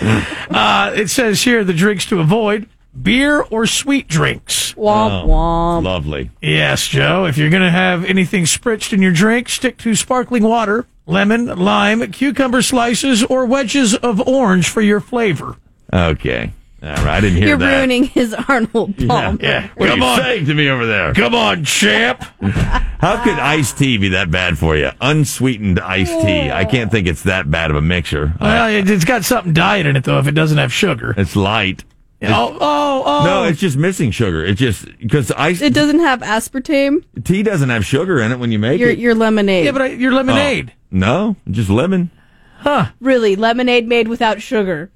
B: uh, it says here the drinks to avoid: beer or sweet drinks.
D: womp womp.
E: Lovely.
B: Yes, Joe. If you're gonna have anything spritzed in your drink, stick to sparkling water, lemon, lime, cucumber slices, or wedges of orange for your flavor.
E: Okay. All right. I didn't hear
D: You're
E: that.
D: ruining his [laughs] Arnold Palmer.
B: Yeah,
E: What are
B: come
E: you
B: on,
E: saying to me over there?
B: come on, champ.
E: How could iced tea be that bad for you? Unsweetened iced tea. I can't think it's that bad of a mixture.
B: well,
E: I-
B: it, it's got something diet in it though. If it doesn't have sugar.
E: it's light.
B: Oh, oh, oh.
E: No, it's just missing sugar. It's just because iced
D: It doesn't have aspartame.
E: tea doesn't have sugar in it when you make
D: Your
E: it.
D: your lemonade.
B: Yeah, but I, your lemonade.
E: no, just lemon.
D: really, lemonade made without sugar.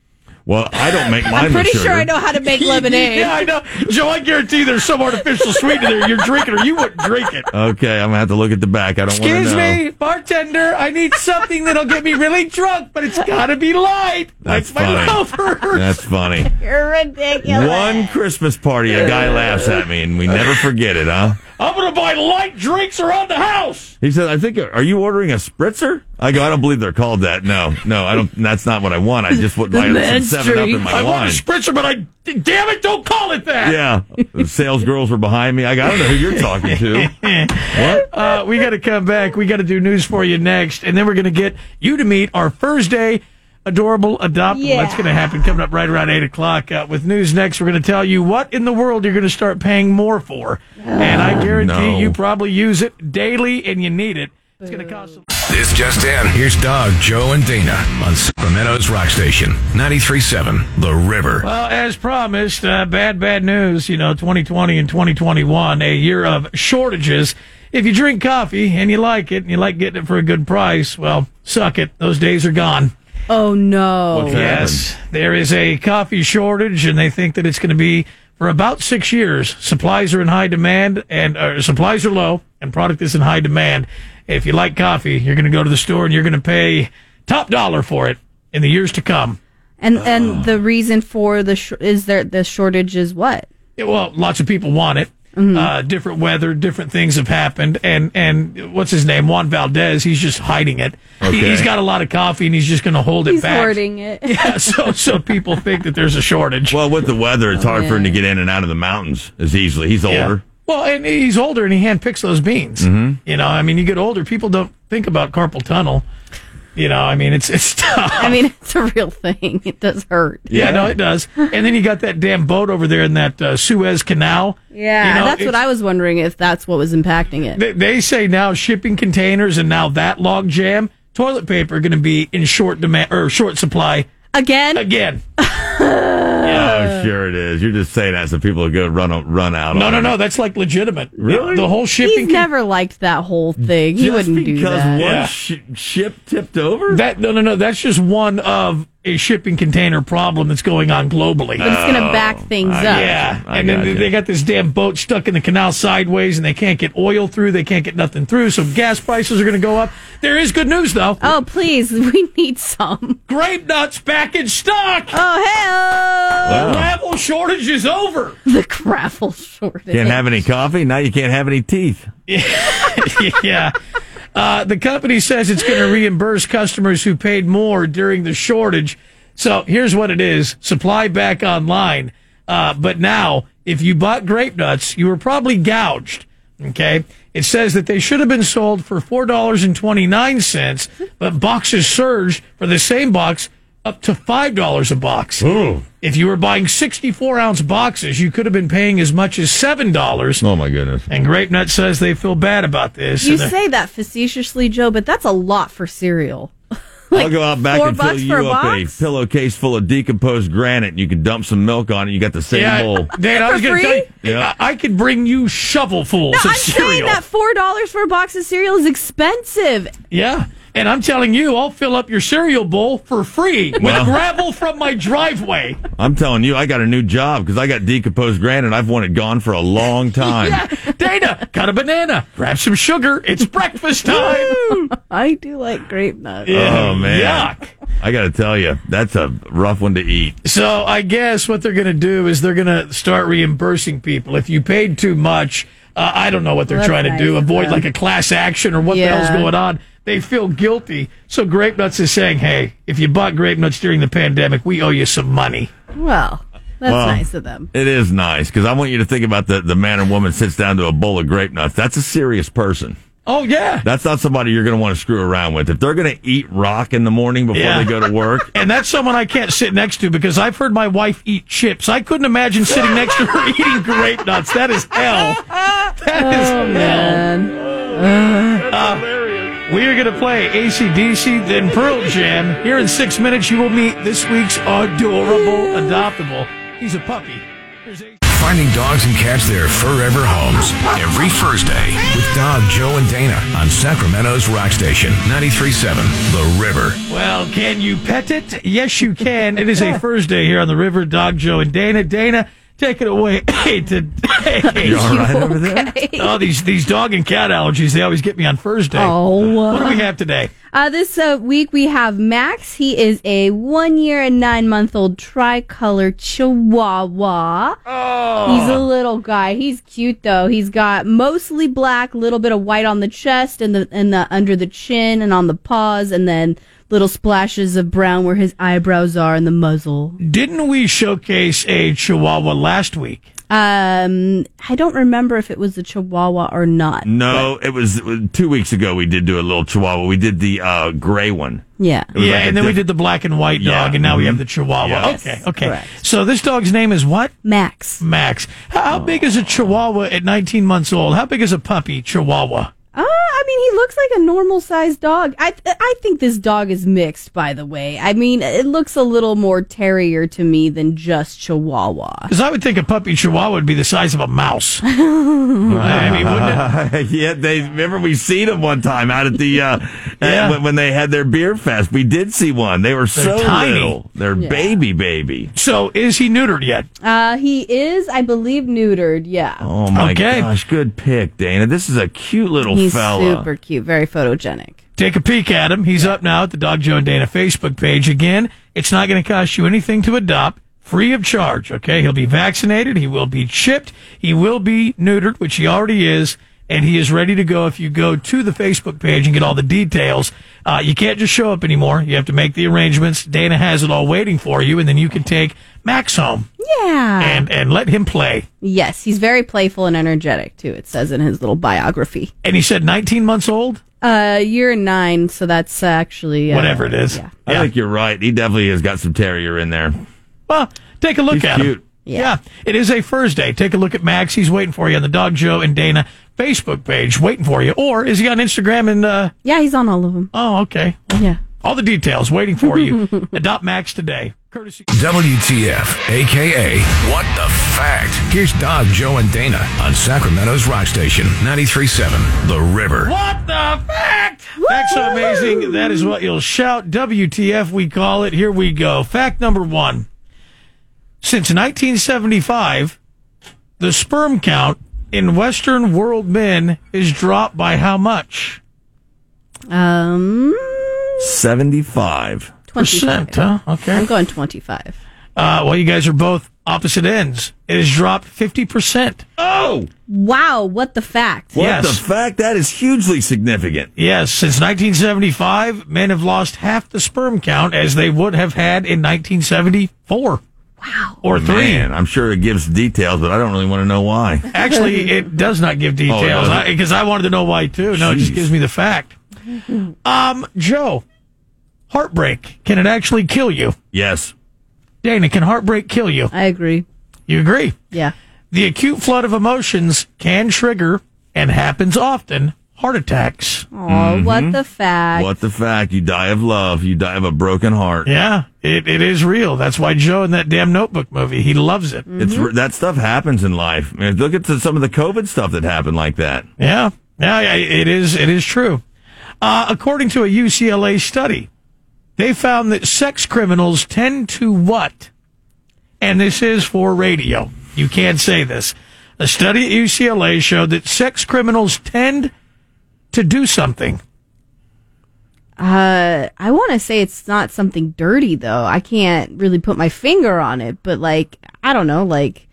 E: Well, I don't make mine
D: I'm pretty
E: with sugar.
D: sure I know how to make lemonade.
B: [laughs] Yeah, I know. Joe, I guarantee there's some artificial sweetener you're drinking or you wouldn't drink it.
E: Okay, I'm gonna have to look at the back. I don't want to know.
B: Excuse me, bartender. I need something that'll get me really drunk, but it's got to be light.
E: That's
B: like my
E: fine.
B: loafers.
E: That's
D: [laughs]
E: funny.
D: You're ridiculous.
E: One Christmas party, a guy laughs at me, and we never forget it, huh?
B: I'm going to buy light drinks around the house.
E: He said, "I think are you ordering a spritzer?" I go, "I don't believe they're called that. No, no, I don't. That's not what I want. I just would
B: [laughs]
E: like some
D: Man's
E: Seven Up in my
B: I
E: wine."
B: want a spritzer, but I damn it, don't call it that.
E: yeah, the sales girls were behind me. I, go, I don't know who you're talking
B: [laughs]
E: to. what?
B: Uh, we got to come back. We got to do news for you next, and then we're going to get you to meet our Thursday adorable adoptable.
D: Yeah.
B: That's going to happen coming up right around eight o'clock. Uh, with news next, we're going to tell you what in the world you're going to start paying more for, and I guarantee
E: no.
B: you probably use it daily and you need it. It's going to cost. Some-
H: This just in. Here's Doug, Joe, and Dana on Sacramento's Rock Station 93.7 The River.
B: well, as promised, uh, bad bad news. You know, 2020 and 2021, a year of shortages. If you drink coffee and you like it and you like getting it for a good price, well, suck it. Those days are gone.
D: Oh no.
E: What's that?
B: Yes, there is a coffee shortage, and they think that it's going to be for about six years. Supplies are in high demand, and uh, supplies are low, and product is in high demand. If you like coffee, you're going to go to the store and you're going to pay top dollar for it in the years to come.
D: And
B: Oh.
D: and the reason for the sh- is there the shortage is what?
B: Yeah, well, lots of people want it.
D: Mm-hmm.
B: Uh, different weather, different things have happened, and and what's his name, Juan Valdez? He's just hiding it. He,
E: Okay.
B: he's got a lot of coffee, and he's just going to hold it
D: He's
B: back.
D: hoarding
E: [laughs]
D: it.
B: Yeah, [laughs] so so people think that there's a shortage.
E: Well, with the weather, it's hard for him to get in and out of the mountains as easily. He's
B: Yeah.
E: older. Mm-hmm.
B: Well, and he's older and he handpicks those beans. You know, I mean, you get older, people don't think about carpal tunnel. You know, I mean, it's it's [laughs] tough.
D: I mean, it's a real thing. It does hurt.
B: yeah, no, it does. And then you got that damn boat over there in that uh, Suez Canal. You know,
D: that's what
B: it's-
D: I was wondering if that's what was impacting it.
B: They, they say now shipping containers and now that log jam, toilet paper going to be in short demand or short supply
D: Again,
B: again.
E: oh, sure it is. You're just saying that so people will go run run out.
B: No,
E: on
B: no,
E: it.
B: no, that's like legitimate.
E: Really?
B: The whole shipping.
D: he's
B: con-
D: never liked that whole thing. he
E: Just
D: wouldn't do
E: because
D: that.
E: one
B: Yeah.
E: sh- ship tipped over.
B: that no, no, no. That's just one of a shipping container problem that's going on globally.
D: But it's going to back
E: Oh,
D: things
E: uh,
D: up.
B: Yeah,
E: I
B: and then
E: gotcha.
B: they got this damn boat stuck in the canal sideways, and they can't get oil through. They can't get nothing through. So gas prices are going to go up. There is good news though.
D: Oh, please, [laughs] we need some.
B: Grape nuts back in stock.
D: Oh,
B: The gravel shortage is over.
D: hell! The gravel shortage.
E: Can't have any coffee. Now you can't have any teeth.
B: yeah. [laughs] Uh, the company says it's going to reimburse customers who paid more during the shortage. So here's what it is supply back online. Uh, but now, if you bought grape nuts, you were probably gouged. Okay. It says that they should have been sold for $4.29, but boxes surged for the same box up to $5 a box. If you were buying 64 ounce boxes, you could have been paying as much as $7.
E: Oh my goodness.
B: And Grape Nut says they feel bad about this.
D: You
B: and they're-
D: say that facetiously, Joe, but that's a lot for cereal. [laughs]
E: I'll go out back
D: four
E: and fill
D: bucks for
E: you
D: a
E: up a
D: box?
E: pillowcase full of decomposed granite. and You can dump some milk on it. You got the same
B: yeah, [laughs]
E: bowl.
B: Dan, I was
D: For
B: going to tell you,
E: free? Yeah.
B: I I could bring you shovelfuls
D: No,
B: of
D: I'm
B: cereal.
D: saying that four dollars for a box of cereal is expensive.
B: Yeah. And I'm telling you, I'll fill up your cereal bowl for free with
E: Wow.
B: gravel from my driveway.
E: I'm telling you, I got a new job because I got decomposed granite. I've wanted gone for a
D: [laughs]
E: long time.
B: Dana, cut a banana, grab some sugar. It's breakfast time.
D: I do like grape nuts.
E: [laughs] Oh man,
B: Yuck.
E: I got to tell you, that's a rough one to eat.
B: So I guess what they're going to do is they're going to start reimbursing people if you paid too much. Uh, I don't know what they're
D: Well,
B: trying to
D: that's
B: do.
D: nice of
B: Avoid
D: them.
B: like a class action or what
D: Yeah.
B: the hell's going on. They feel guilty. So Grape Nuts is saying, hey, if you bought Grape Nuts during the pandemic, we owe you some money.
D: Well, that's
E: Well,
D: nice of them.
E: It is nice because I want you to think about the the man and woman sits down to a bowl of grape nuts. That's a serious person.
B: Oh, yeah.
E: That's not somebody you're going to want to screw around with. If they're going to eat rock in the morning before
B: Yeah.
E: they go to
B: [laughs]
E: work,
B: and that's someone I can't sit next to because I've heard my wife eat chips. I couldn't imagine sitting next to her [laughs] eating grape nuts. That is hell. That is hell.
D: Oh, Man.
B: We are going to play ACDC, then Pearl Jam. Here in six minutes, you will meet this week's adorable adoptable. He's a puppy. Here's a-
H: Finding dogs and cats their forever homes every Thursday with Dog, Joe, and Dana on Sacramento's Rock Station 93.7 The River.
B: Well, can you pet it? Yes, you can. It is a Thursday here on the river. Dog Joe and Dana. Dana, take it away [coughs] today.
E: all right over there.
B: oh, these these dog and cat allergies, they always get me on Thursday. What do
D: Oh.
B: we have today?
D: Uh, this uh, week we have Max. He is a one year and nine month old tricolor chihuahua. Oh. He's a little guy. He's cute though. He's got mostly black, little bit of white on the chest and the and the under the chin and on the paws, and then little splashes of brown where his eyebrows are and the muzzle.
B: Didn't we showcase a Chihuahua last week?
D: Um, I don't remember if it was the chihuahua or not.
E: No, it was, it was two weeks ago. We did do a little Chihuahua. We did the uh, gray one.
D: Yeah.
E: It was
B: Yeah,
E: like a
B: and then we
E: diff-
B: did the black and white
E: Yeah.
B: dog, and now we have
E: Mhm.
B: the Chihuahua.
E: Yes.
B: Okay, okay.
D: Correct.
B: So this dog's name is what?
D: Max.
B: Max. How, how big is a Chihuahua at 19 months old? How big is a puppy Chihuahua?
D: Uh, I mean, he looks like a normal sized dog. I th- I think this dog is mixed, by the way. I mean, it looks a little more terrier to me than just Chihuahua.
B: Because I would think a puppy Chihuahua would be the size of a mouse. [laughs] I mean, wouldn't
E: [laughs]
B: it?
E: yeah, they remember we seen them one time out at the uh,
B: [laughs] Yeah.
E: uh, when, when they had their beer fest. We did see one. They were so
B: tiny.
E: little. They're baby baby.
B: So is he neutered yet?
D: Uh, he is, I believe, neutered. Yeah,
E: Oh my
B: Okay.
E: gosh, good pick, Dana. This is a cute little
D: he's
E: fella.
D: super cute, very photogenic.
B: Take a peek at him. He's up now at the Dog Joe and Dana Facebook page. Again, it's not going to cost you anything to adopt, free of charge. Okay, he'll be vaccinated, he will be chipped, he will be neutered, which he already is, and he is ready to go. If you go to the Facebook page and get all the details, uh, you can't just show up anymore. You have to make the arrangements. Dana has it all waiting for you, and then you can take Max home
D: Yeah.
B: and and let him play.
D: yes, he's very playful and energetic too. It says in his little biography.
B: And he said 19 months old,
D: Uh, year nine, so that's uh, actually uh,
B: whatever it is.
D: Yeah.
E: I think you're right. He definitely has got some terrier in there.
B: Well, take a look
E: He's
B: at him.
E: cute.
B: Yeah.
D: Yeah.
B: it is a Thursday. Take a look at Max. He's waiting for you on the Dog Joe and Dana Facebook page, waiting for you. Or is he on Instagram and, uh,
D: Yeah, he's on all of them.
B: oh, okay.
D: Yeah.
B: All the details waiting for you. Adopt Max today. Courtesy.
H: WTF, aka What the Fact. Here's Dog, Joe, and Dana on Sacramento's Rock Station 93.7 The River.
B: What the fact? That's so amazing. That is what you'll shout. WTF, we call it. Here we go. Fact number one. Since 1975, the sperm count in Western world men is dropped by how much?
D: Um,
E: 75.
D: twenty
B: huh? Okay.
D: I'm going twenty five.
B: Uh, well, you guys are both opposite ends. It has dropped 50%.
E: Oh,
G: Wow, what the fact?
E: what
B: Yes.
E: the fact? That is hugely significant.
B: Yes, since 1975, men have lost half the sperm count as they would have had in 1974. Wow. Or three.
E: Man, I'm sure it gives details, but I don't really want to know why.
B: Actually, it does not
E: Oh,
B: give
E: it
B: details
E: doesn't?
B: because I, wanted to know why too. No, it just
E: Jeez.
B: gives me the fact. Um, Joe, heartbreak can it actually kill you?
E: Yes.
B: Dana, can heartbreak kill you?
D: I agree.
B: You agree?
D: Yeah.
B: The acute flood of emotions can trigger and happens often heart attacks.
D: Oh, what the fact?
E: What the fact? You die of love. You die of a broken heart.
B: Yeah, it, it is real. That's why Joe in that damn Notebook movie he loves it.
E: It's that stuff happens in life. I mean, look at the, some of the COVID stuff that happened like that.
B: Yeah, yeah, yeah, it is. It is true. Uh, according to a UCLA study, they found that sex criminals tend to what? And this is for radio. You can't say this. A study at UCLA showed that sex criminals tend to do something.
D: Uh, I want to say it's not something dirty though. I can't really put my finger on it, but like I don't know, like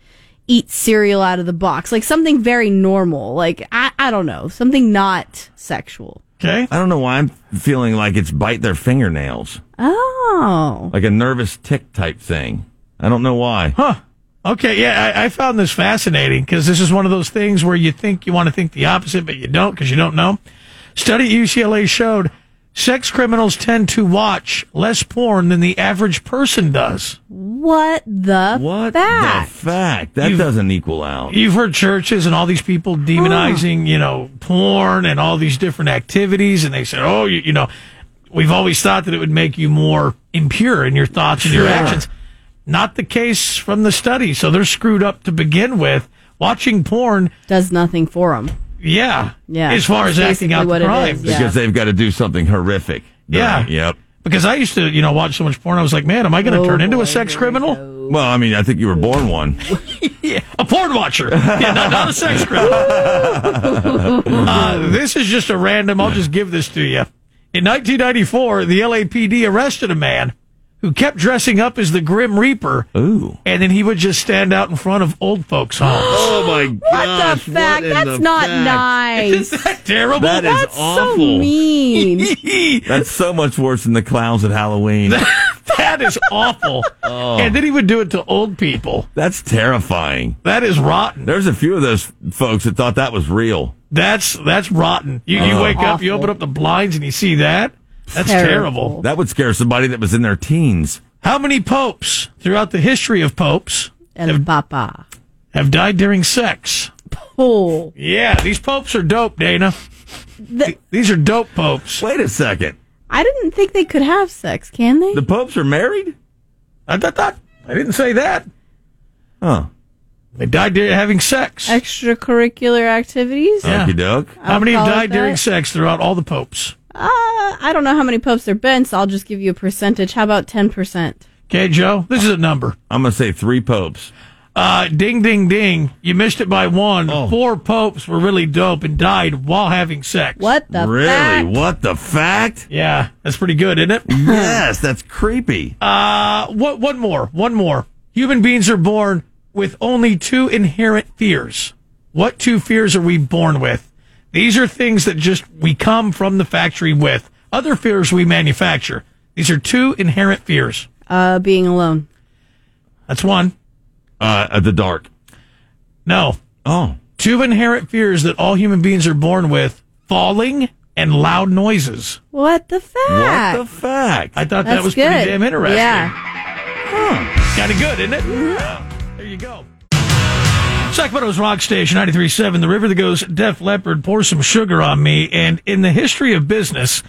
D: eat cereal out of the box, like something very normal. Like I, I don't know, something not sexual.
B: Okay.
E: I don't know why I'm feeling like it's bite their fingernails,
D: Oh,
E: like a nervous tick type thing. I don't know why.
B: Huh. Okay. Yeah, I, I found this fascinating because this is one of those things where you think you want to think the opposite, but you don't because you don't know. Study at UCLA showed sex criminals tend to watch less porn than the average person does.
D: what the
E: What
D: fact?
E: the fact? That
B: You-
E: doesn't equal out.
B: You've heard churches and all these people demonizing, you know, porn and all these different activities, and they said, "Oh, you, you know, we've always thought that it would make you more impure in your thoughts and your
E: Sure.
B: actions." Not the case from the study, so they're screwed up to begin with. Watching porn
D: Does nothing for him.
B: Yeah.
D: Yeah.
B: As far as
D: That's
B: acting
D: basically
B: out
D: what
B: the
D: it
B: crime.
D: is, yeah.
E: because they've got to do something horrific.
B: Yeah.
E: Yep.
B: Because I used to, you know, watch so much porn. I was like, man, am I going to
D: Oh,
B: turn into
D: boy,
B: a sex
D: here we
B: criminal?
D: go.
E: Well, I mean, I think you were born one.
B: A porn watcher. Yeah, not, not a sex
D: [laughs]
B: criminal. uh, this is just a random, I'll just give this to you. In 1994, the LAPD arrested a man who kept dressing up as the Grim Reaper,
E: Ooh.
B: and then he would just stand out in front of old folks' homes.
E: Oh my god.
D: What the fact? That's not [gasps] nice.
B: Isn't that terrible?
E: That is
D: That's so
E: awful.
B: [laughs]
D: mean.
E: That's so much worse than the clowns at Halloween.
B: that is awful. And then he would do it to old people.
E: That's terrifying.
B: That is rotten.
E: There's a few of those folks that thought that was real.
B: That's that's rotten. You, you wake up, you open up the blinds, and you see that. That's terrible.
D: Terrible.
E: That would scare somebody that was in their teens.
B: How many popes throughout the history of popes
D: El Papa.
B: have died during sex?
D: Oh,
B: Yeah, these popes are dope, Dana. these are dope popes.
E: Wait a second.
D: I didn't think they could have sex. Can they?
E: The popes are married?
B: I, thought thought- I didn't say that.
E: Huh.
B: They died during having sex.
D: extracurricular activities. Uh,
B: Yeah.
E: Okey doke.
B: How many have
D: I'll call it
B: died during
D: that.
B: sex throughout all the popes?
D: Uh, I don't know how many popes there have been, so I'll just give you a percentage. How about 10%?
B: Okay, Joe, this is a number.
E: I'm gonna say three popes.
B: Uh, ding, ding, ding. You missed it by one.
E: Oh.
B: Four popes were really dope and died while having sex.
D: What the
E: really?
D: fact?
E: What the
B: [laughs]
E: fact?
B: Yeah, that's pretty good, isn't it?
E: yes, that's creepy.
B: Uh, what, one more, one more. Human beings are born with only two inherent fears. What two fears are we born with? These are things that just we come from the factory with. Other fears we manufacture. These are two inherent fears.
D: Uh, being alone.
B: That's one.
E: Uh, at the dark.
B: No.
E: Oh.
B: Two inherent fears that all human beings are born with falling and loud noises.
D: What the fact?
E: What the fact?
B: I thought that
D: That's
B: was
D: good.
B: pretty damn interesting.
D: Yeah.
B: Kind of good, isn't it? Yeah. There you go. Sacramento's Rock Station 93.7, the river that goes Def Leopard, pour some sugar on me. And in the history of business,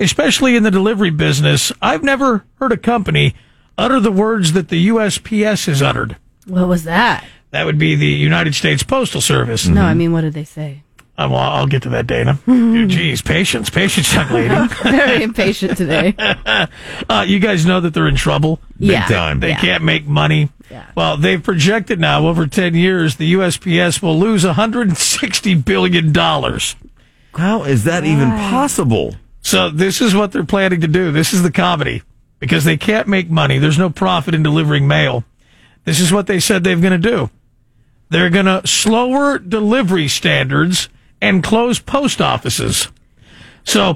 B: especially in the delivery business, I've never heard a company utter the words that the USPS has uttered.
D: What was that?
B: That would be the United States Postal Service.
D: No, I mean, what did they say?
B: Um, well, I'll get to that, Dana. Dude, Geez, patience, patience, young lady.
D: Very impatient today.
B: [laughs] Uh, you guys know that they're in trouble.
D: yeah.
E: time.
B: They
D: Yeah.
B: can't make money.
D: Yeah.
B: Well, they've projected now over 10 years the USPS will lose $160 billion.
E: How is that even possible?
B: So, this is what they're planning to do. This is the comedy because they can't make money. There's no profit in delivering mail. This is what they said they're going to do. They're going to slower delivery standards and close post offices. So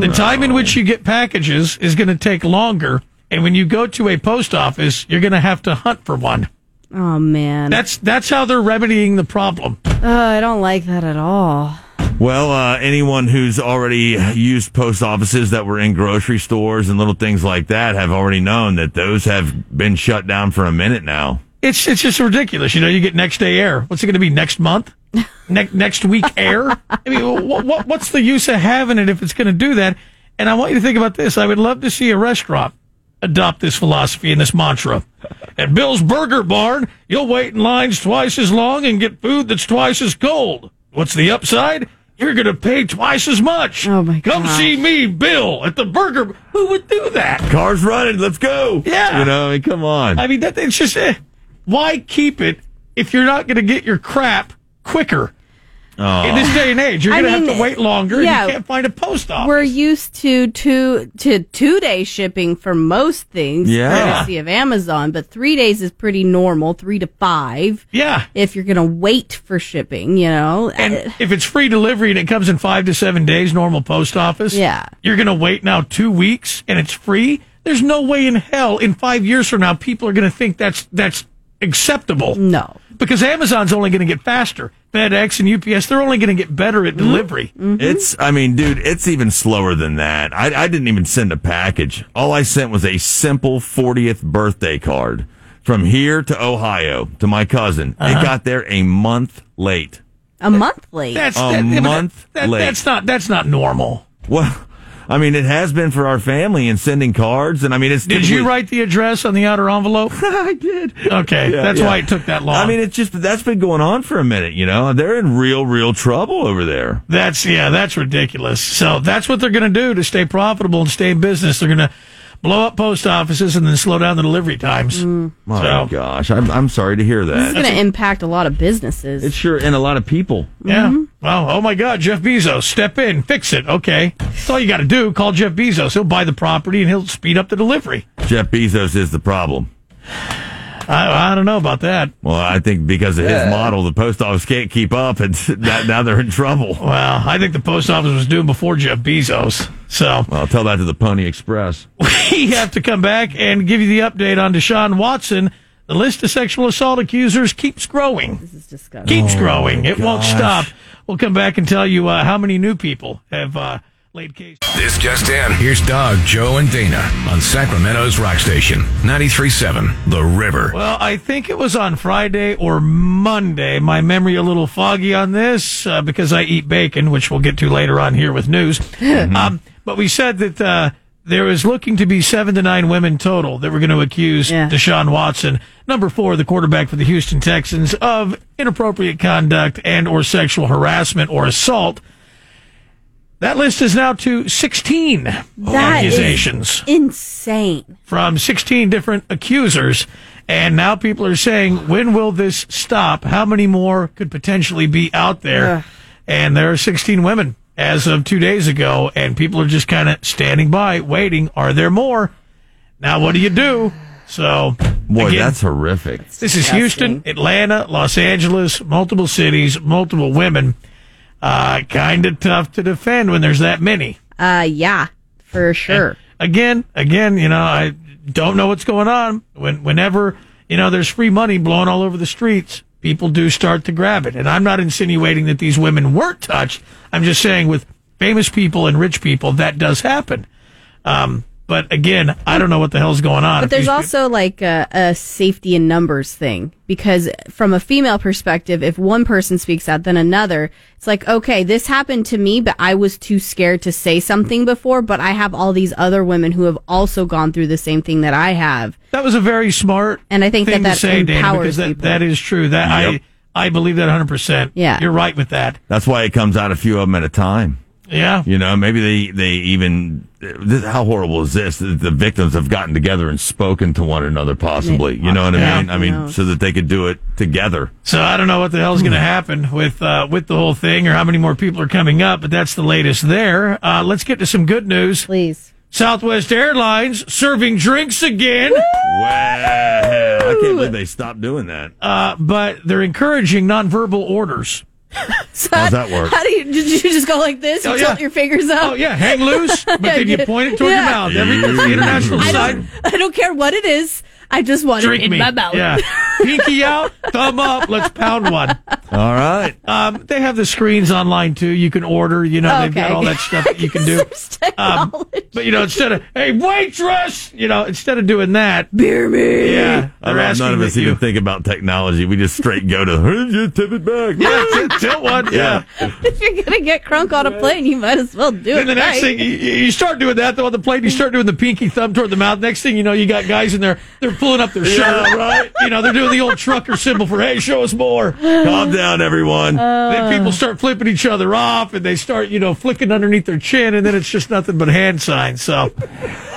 B: the time in which you get packages is going to take longer. And when you go to a post office, you're going to have to hunt for one.
D: Oh man,
B: That's that's how they're remedying the problem.
D: oh, I don't like that at all.
E: Well, uh, anyone who's already used post offices that were in grocery stores and little things like that have already known that those have been shut down for a minute now.
B: It's it's just ridiculous. You know, you get next day air. What's it going to be next
D: [laughs]
B: month? Ne- next week air? I mean, what, what, what's the use of having it if it's going to do that? And I want you to think about this. I would love to see a restaurant adopt this philosophy and this mantra. At Bill's Burger Barn, you'll wait in lines twice as long and get food that's twice as cold. What's the upside? You're going to pay twice as much.
D: Oh, my
B: Come
D: gosh.
B: see me, Bill, at the Burger. Who would do that?
E: Cars running, let's go.
B: Yeah.
E: you know, I mean, come on.
B: I mean, that it's just eh, why keep it if you're not going to get your crap quicker. In this day and age, you're
D: I
B: going to have
D: mean,
B: to wait longer.
D: yeah.
B: and you can't find a post office.
D: We're used to two to two day shipping for most things,
E: Yeah.
D: courtesy of Amazon, but three days is pretty normal, three to five.
B: yeah,
D: If you're gonna wait for shipping, you know, Uh,
B: and if it's free delivery and it comes in five to seven days, normal post office.
D: Yeah.
B: you're going to wait now two weeks and it's free. There's no way in hell in five years from now people are going to think that's that's acceptable.
D: no.
B: Because Amazon's only going to get faster. FedEx and UPS, they're only going to get better
D: Mm-hmm.
B: at delivery.
E: It's, I mean, dude, it's even slower than that. I, I didn't even send a package. All I sent was a simple 40th birthday card from here to Ohio to my cousin.
B: Uh-huh.
E: It got there a month late.
D: A month late.
B: That's
E: A
B: that- I mean, that-
E: month
B: that-
E: late.
B: That's not that's not normal.
E: Well, I mean, it has been for our family and sending cards. And I mean, it's
B: Did
E: [laughs]
B: you write the address on the outer envelope?
E: I did.
B: Okay,
E: Yeah,
B: that's
E: yeah.
B: why it took that long.
E: I mean, it's just that's been going on for a minute. You know, they're in real, real trouble over there.
B: that's yeah, that's ridiculous. So that's what they're going to do to stay profitable and stay in business. They're going to blow up post offices and then slow down the delivery times.
E: My
B: So-
E: gosh, I'm I'm sorry to hear
D: this is
E: that.
D: going to impact a lot of businesses.
E: It's sure and a lot of people.
B: Yeah.
E: Mm-hmm.
B: Well, oh my God, Jeff Bezos, step in, fix it. Okay, that's all you got to do. Call Jeff Bezos. He'll buy the property and he'll speed up the delivery.
E: Jeff Bezos is the problem.
B: I, I don't know about that.
E: Well, I think because of his model, the post office can't keep up, and [laughs] that, now they're in trouble.
B: Well, I think the post office was doomed before Jeff Bezos. So.
E: Well, tell that to the Pony Express.
B: we have to come back and give you the update on Deshaun Watson. The list of sexual assault accusers keeps growing,
D: this is disgusting.
B: keeps growing. It won't
E: gosh.
B: stop. We'll come back and tell you uh, how many new people have uh, laid case.
H: This just in. Here's Doug, Joe, and Dana on Sacramento's Rock Station 93.7 The River.
B: Well, I think it was on Friday or Monday. My memory a little foggy on this uh, because I eat bacon, which we'll get to later on here with
D: [laughs]
B: news. um, but we said that uh, there is looking to be seven to nine women total that were going to accuse
D: Yeah.
B: Deshaun Watson, number four, the quarterback for the Houston Texans, of inappropriate conduct and or sexual harassment or assault. That list is now to 16
D: That is
B: accusations
D: Insane.
B: from 16 different accusers. And now people are saying, when will this stop? How many more could potentially be out there? And there are 16 women as of two days ago, and people are just kind of standing by, waiting. Are there more? Now, what do you do? So,
E: Boy,
B: again,
E: that's horrific.
B: this is Houston, Atlanta, Los Angeles, multiple cities, multiple women. Uh, kind of tough to defend when there's that many
D: Uh, yeah, for sure.
B: again, again, you know, I don't know what's going on. When whenever you know there's free money blowing all over the streets, people do start to grab it. And I'm not insinuating that these women weren't touched. I'm just saying with famous people and rich people, that does happen. Um, but again, I don't know what the hell's going on.
D: But
B: If
D: there's
B: these peop-
D: also like a, a safety in numbers thing because from a female perspective, if one person speaks out, then another, it's like, okay, this happened to me, but I was too scared to say something before, but I have all these other women who have also gone through the same thing that I have.
B: that was a very smart
D: And I think
B: thing to
D: that that
B: say, Dana,
D: empowers
B: because that,
D: people.
B: that is true. That
E: Yep.
B: I I believe that 100. percent
D: Yeah.
B: you're right with that.
E: That's why it comes out a few of them at a time.
B: Yeah,
E: You know, maybe they they even this, how horrible is this? that The victims have gotten together and spoken to one another, possibly. You know what
B: Yeah.
E: I mean? I mean, so that they could do it together.
B: So I don't know what the hell's going to
D: Hmm.
B: happen with uh, with the whole thing, or how many more people are coming up. But that's the latest there. Uh, let's get to some good news.
D: Please.
B: Southwest Airlines serving drinks again,
E: Wow. I can't believe they stopped doing that.
B: uh, but they're encouraging nonverbal orders.
D: [laughs] So
E: How's that work?
D: How do you, did you just go like this? You
B: Oh, yeah.
D: tilt your fingers up?
B: Oh yeah, hang loose, but then you point it toward
D: Yeah.
B: your mouth. Every the international
E: I
B: side.
D: [laughs] I don't care what it is. I just want
B: Drink
D: it in
B: me.
D: my mouth. [laughs]
B: Yeah. Pinky out, thumb up, let's pound one.
E: All right.
B: Um, they have the screens online too. You can order, you know, they've got
D: Okay.
B: all that stuff that you can
D: [laughs]
B: do.
D: There's [laughs] technology.
B: Um, But you know, instead of hey waitress, you know, instead of doing that, beer me. Yeah,
E: I
B: [laughs] they're
E: love
B: asking
E: none of us
B: that you-
E: even think about technology. We just straight go to, "Hey, just tip it back.
B: [laughs] Yeah, t- tilt one. Yeah.
D: if you're gonna get crunk on a plane, you might as well do it.
B: Then the next thing
D: right.
B: you, you start doing that though on the plane, you start doing the pinky thumb toward the mouth. Next thing you know, you got guys in there, they're pulling up their shirt, right? You know, they're doing the old trucker symbol for hey, show us more.
E: Calm down, everyone.
B: then people start flipping each other off and they start you know flicking underneath their chin and then it's just nothing but hand signs so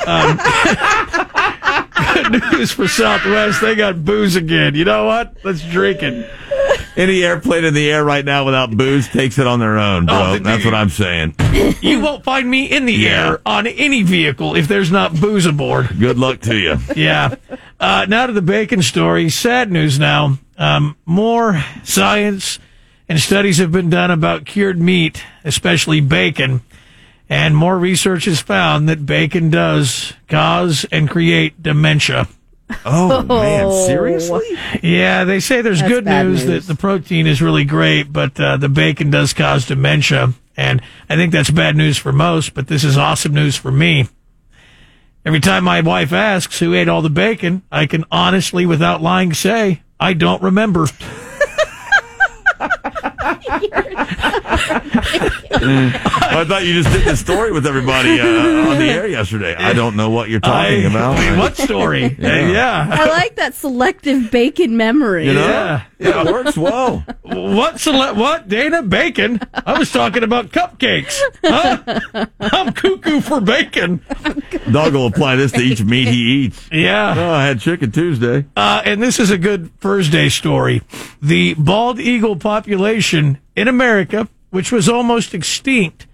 B: um, [laughs] good news for southwest they got booze again you know what let's drink it
E: Any airplane in the air right now without booze takes it on their own,
B: Oh,
E: bro.
B: the-
E: That's what I'm saying.
B: you won't find me in the
E: Yeah.
B: air on any vehicle if there's not booze aboard
E: Good luck to you.
B: yeah uh, now to the bacon story sad news now um, more science and studies have been done about cured meat especially bacon And more research has found that bacon does cause and create dementia.
E: Oh, man.
D: seriously?
B: Yeah, they say there's
D: That's
B: good
D: bad
B: news,
D: news.
B: that the protein is really great, but uh, the bacon does cause dementia. And I think that's bad news for most, but this is awesome news for me. Every time my wife asks who ate all the bacon, I can honestly, without lying, say, I don't remember.
E: I thought you just did the story with everybody uh, on the air yesterday. I don't know what you're talking
B: I-
E: about.
B: I mean,
E: [laughs]
B: what story? yeah. yeah.
D: I like that selective bacon memory.
E: You know?
B: Yeah.
E: Yeah, it works well.
B: What sele- what Dana Bacon? I was talking about cupcakes. Huh? I'm cuckoo for bacon.
E: Dog will apply this to each meat he eats.
B: Yeah.
E: Oh, I had chicken Tuesday.
B: Uh, and this is a good Thursday story. The bald eagle population in America, which was almost extinct,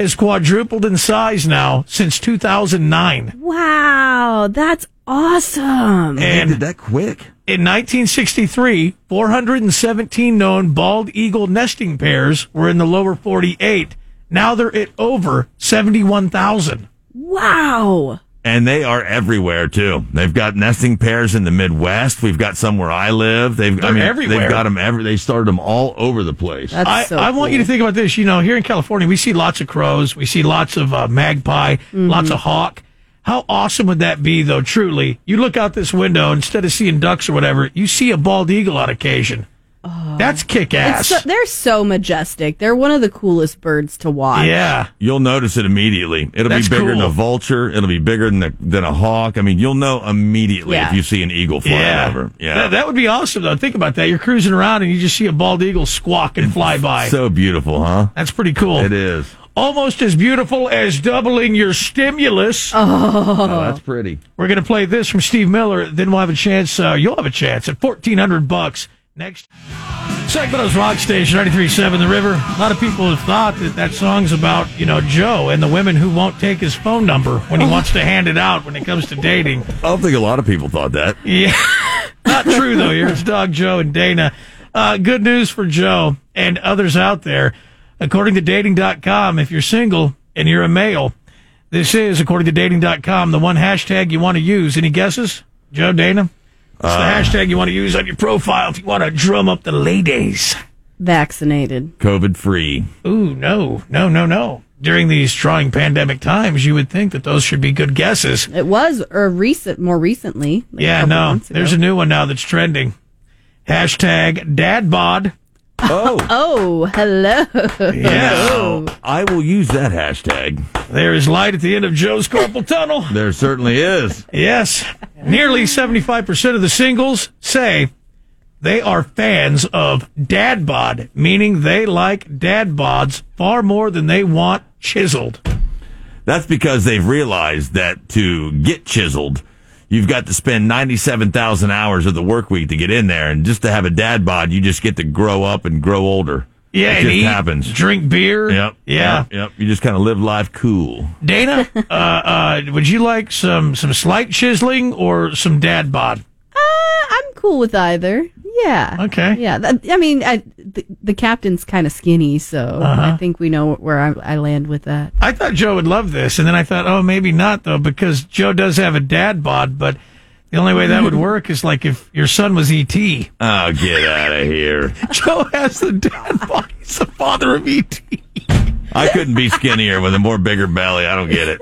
B: has quadrupled in size now since 2009.
D: Wow, that's awesome.
B: And
E: that quick.
B: In 1963, 417 known bald eagle nesting pairs were in the lower 48. Now they're at over 71,000.
D: Wow.
E: And they are everywhere too. They've got nesting pairs in the Midwest. We've got some where I live. They've I
B: They're
E: mean
B: everywhere.
E: they've got them every. They started them all over the place.
D: That's
B: I,
D: so
B: I want you to
D: cool.
B: think about this. You know, here in California, we see lots of crows, we see lots of uh, magpie,
D: Mm-hmm.
B: lots of hawk. How awesome would that be, though, truly? You look out this window, instead of seeing ducks or whatever, you see a bald eagle on occasion. That's kick
D: Oh. It's
B: ass.
D: so, they're so majestic. They're one of the coolest birds to watch.
B: yeah.
E: You'll notice it immediately. It'll
B: That's
E: be bigger than
B: cool.
E: a vulture. It'll be bigger than a, than a hawk. I mean, you'll know immediately
D: Yeah.
E: if you see an eagle flying over. Yeah,
B: That, that would be awesome, though. Think about that. You're cruising around and you just see a bald eagle squawk and fly by.
E: so beautiful, huh?
B: That's pretty cool.
E: It
B: [laughs]
E: is.
B: Almost as beautiful as doubling your stimulus.
E: Oh, that's pretty.
B: We're going to play this from Steve Miller. Then we'll have a chance. Uh, you'll have a chance at 1400 bucks next. Sacramento's Rock Station, 93.7 The River. A lot of people have thought that that song's about, you know, Joe and the women who won't take his phone number when he wants to hand it out when it comes to dating.
E: I don't think a lot of people thought that.
B: Yeah. Not true, though. Here it's Doug, Joe, and Dana. Uh, good news for Joe and others out there. According to dating.com, if you're single and you're a male, this is, according to dating.com, the one hashtag you want to use. Any guesses, Joe, Dana? It's the hashtag you want to use on your profile if you want to drum up the ladies.
D: Vaccinated.
E: COVID
B: [laughs]
E: free.
B: Ooh, no, no, no, no. During these trying pandemic times, you would think that those should be good guesses.
D: It was or recent more recently. like a
B: Yeah,
D: couple
B: no.
D: months ago.
B: There's a new one now that's trending. Hashtag dadbod.
E: Oh,
D: Oh, hello. [laughs]
B: Yeah.
E: I will use that hashtag.
B: There is light at the end of Joe's carpal tunnel.
E: There certainly is.
B: Yes. Nearly 75% of the singles say they are fans of dad bod, meaning they like dad bods far more than they want chiseled.
E: That's because they've realized that to get chiseled, you've got to spend 97,000 hours of the work week to get in there. And just to have a dad bod, you just get to grow up and grow older.
B: Yeah,
E: It
B: and
E: just
B: eat,
E: happens.
B: Drink beer.
E: Yep.
B: Yeah.
E: Yep. yep. You just kind of live life cool.
B: Dana, uh, uh, would you like some some slight chiseling or some dad bod?
D: Uh, I'm cool with either. Yeah.
B: Okay.
D: Yeah. that- I mean, I, the, the captain's kind of skinny, so
B: Uh-huh.
D: I think we know where I, I land with that.
B: I thought Joe would love this, and then I thought, oh, maybe not though, because Joe does have a dad bod, but the only way that
E: [laughs]
B: would work is like if your son was ET.
E: Oh, get out of here.
B: [laughs] Joe has the dad bod; he's the father of E ET.
E: I couldn't be skinnier with a more bigger belly. I don't get it.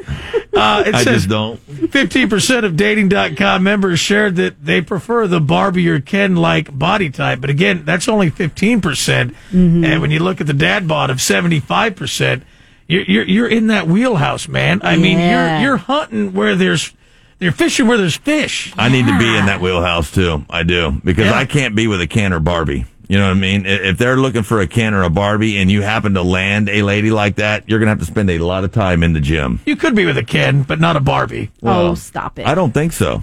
B: Uh, it
E: I
B: says
E: just don't.
B: 15% of dating.com members shared that they prefer the Barbie or Ken like body type. But again, that's only 15%. percent
E: Mm-hmm.
B: And when you look at the dad bod of 75%, you're, you're, you're in that wheelhouse, man. I mean,
D: Yeah.
B: you're, you're hunting where there's, you're fishing where there's fish.
E: I need to be in that wheelhouse too. I do because
B: Yeah.
E: I can't be with a Ken or Barbie. You know what I mean? I- If they're looking for a Ken or a Barbie, and you happen to land a lady like that, you're gonna have to spend a lot of time in the gym.
B: You could be with a Ken, but not a Barbie.
D: oh, stop it.
E: I don't think so.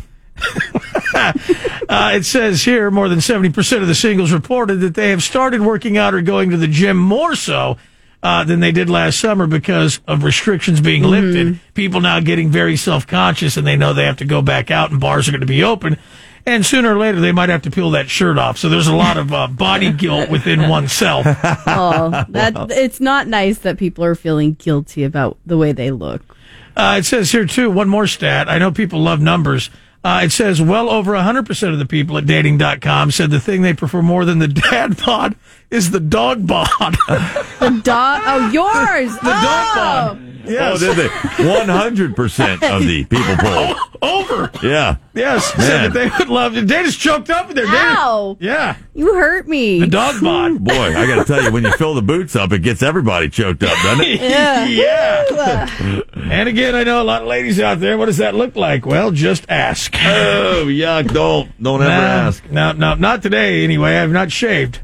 B: Uh, it says here more than 70% of the singles reported that they have started working out or going to the gym more so uh, than they did last summer because of restrictions being lifted. People now getting very self conscious and they know they have to go back out and bars are going to be open. And sooner or later, they might have to peel that shirt off. So there's a lot of uh, body guilt within oneself.
D: oh, that, It's not nice that people are feeling guilty about the way they look.
B: Uh, it says here too one more stat. I know people love numbers. Uh, it says well over 100% of the people at dating.com said the thing they prefer more than the dad [laughs] bod is the dog bod. [laughs]
D: The dog. Oh, yours. the
B: dog
E: Oh, did they? One hundred percent of the people
B: [laughs]
E: polled.
B: Over.
E: Yeah.
B: Yes, said
E: Man.
B: that they would love to. Dana's choked up in there. Dana.
D: Ow.
B: Yeah,
D: You hurt me.
B: the dog bod.
D: [laughs]
E: Boy, I got to tell you, when you fill the boots up, it gets everybody choked up, doesn't it?
B: [laughs] Yeah. and again, I know a lot of ladies out there. What does that look like? Well, just ask.
E: Oh, yuck! Don't, don't ever [laughs]
B: No,
E: ask.
B: No, no, not today. Anyway, I've not shaved,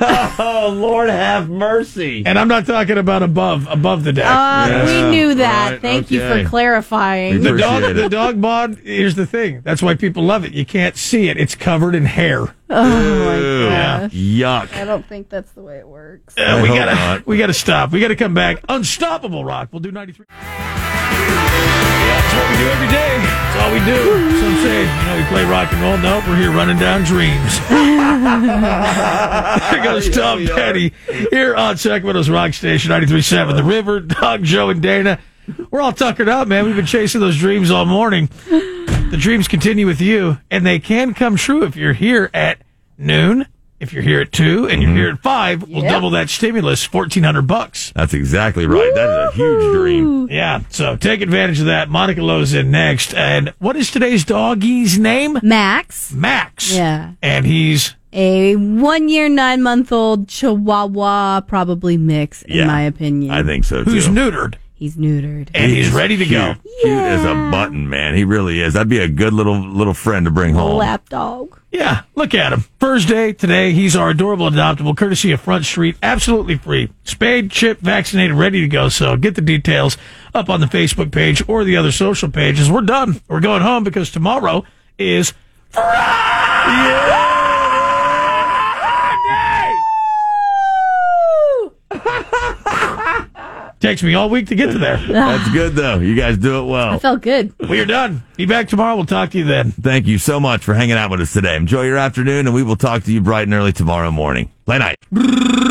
E: Oh, Lord, have mercy.
B: and I'm not talking about above above the deck.
D: Uh,
E: Yeah,
D: we knew that.
E: right,
D: Thank you
E: okay.
D: for clarifying.
B: the dog,
E: appreciate it.
B: the dog bod. Here's the thing. That's why people love it. You can't see it. It's covered in hair.
E: Ew,
B: Yeah.
E: Yuck.
D: Oh I don't think that's the way it works.
B: Uh, we
E: hope
B: gotta,
E: not.
B: we gotta stop. We gotta come back. Unstoppable rock. We'll do 93. Yeah, that's what we do every day. That's all we do. Some say, you know, we play rock and roll. No, we're here running down dreams. there goes Tom Petty here on Sacramento's Rock Station 93.7 The River. Doug, Joe, and Dana. We're all tuckered out, man. We've been chasing those dreams all morning. The dreams continue with you, and they can come true if you're here at noon. If you're here at two and
E: Mm-hmm.
B: you're here at five, we'll double that stimulus, fourteen hundred bucks.
E: That's exactly right. That is a huge dream.
B: Yeah, so take advantage of that. Monica Lowe's in next, and what is today's doggie's name?
D: Max,
B: Max.
D: Yeah.
B: and he's
D: a one year, nine month old Chihuahua, probably mix, in
E: Yeah.
D: my opinion.
E: I think so too.
B: who's neutered
D: He's neutered.
B: and
E: He
B: he's
E: is
B: ready to go.
E: Cute, Cute as a button, man. He really is. That'd be a good little little friend to bring home.
D: Lap dog.
B: Yeah, look at him. Thursday, today, he's our adorable adoptable, courtesy of Front Street, absolutely free. Spayed, chip, vaccinated, ready to go. So get the details up on the Facebook page or the other social pages. We're done. We're going home because tomorrow is Friday! [laughs] Takes me all week to get to there.
E: That's good though. You guys do it well.
D: Felt good.
B: We're done. Be back tomorrow. We'll talk to you then.
E: Thank you so much for hanging out with us today. Enjoy your afternoon, and we will talk to you bright and early tomorrow morning. Play night.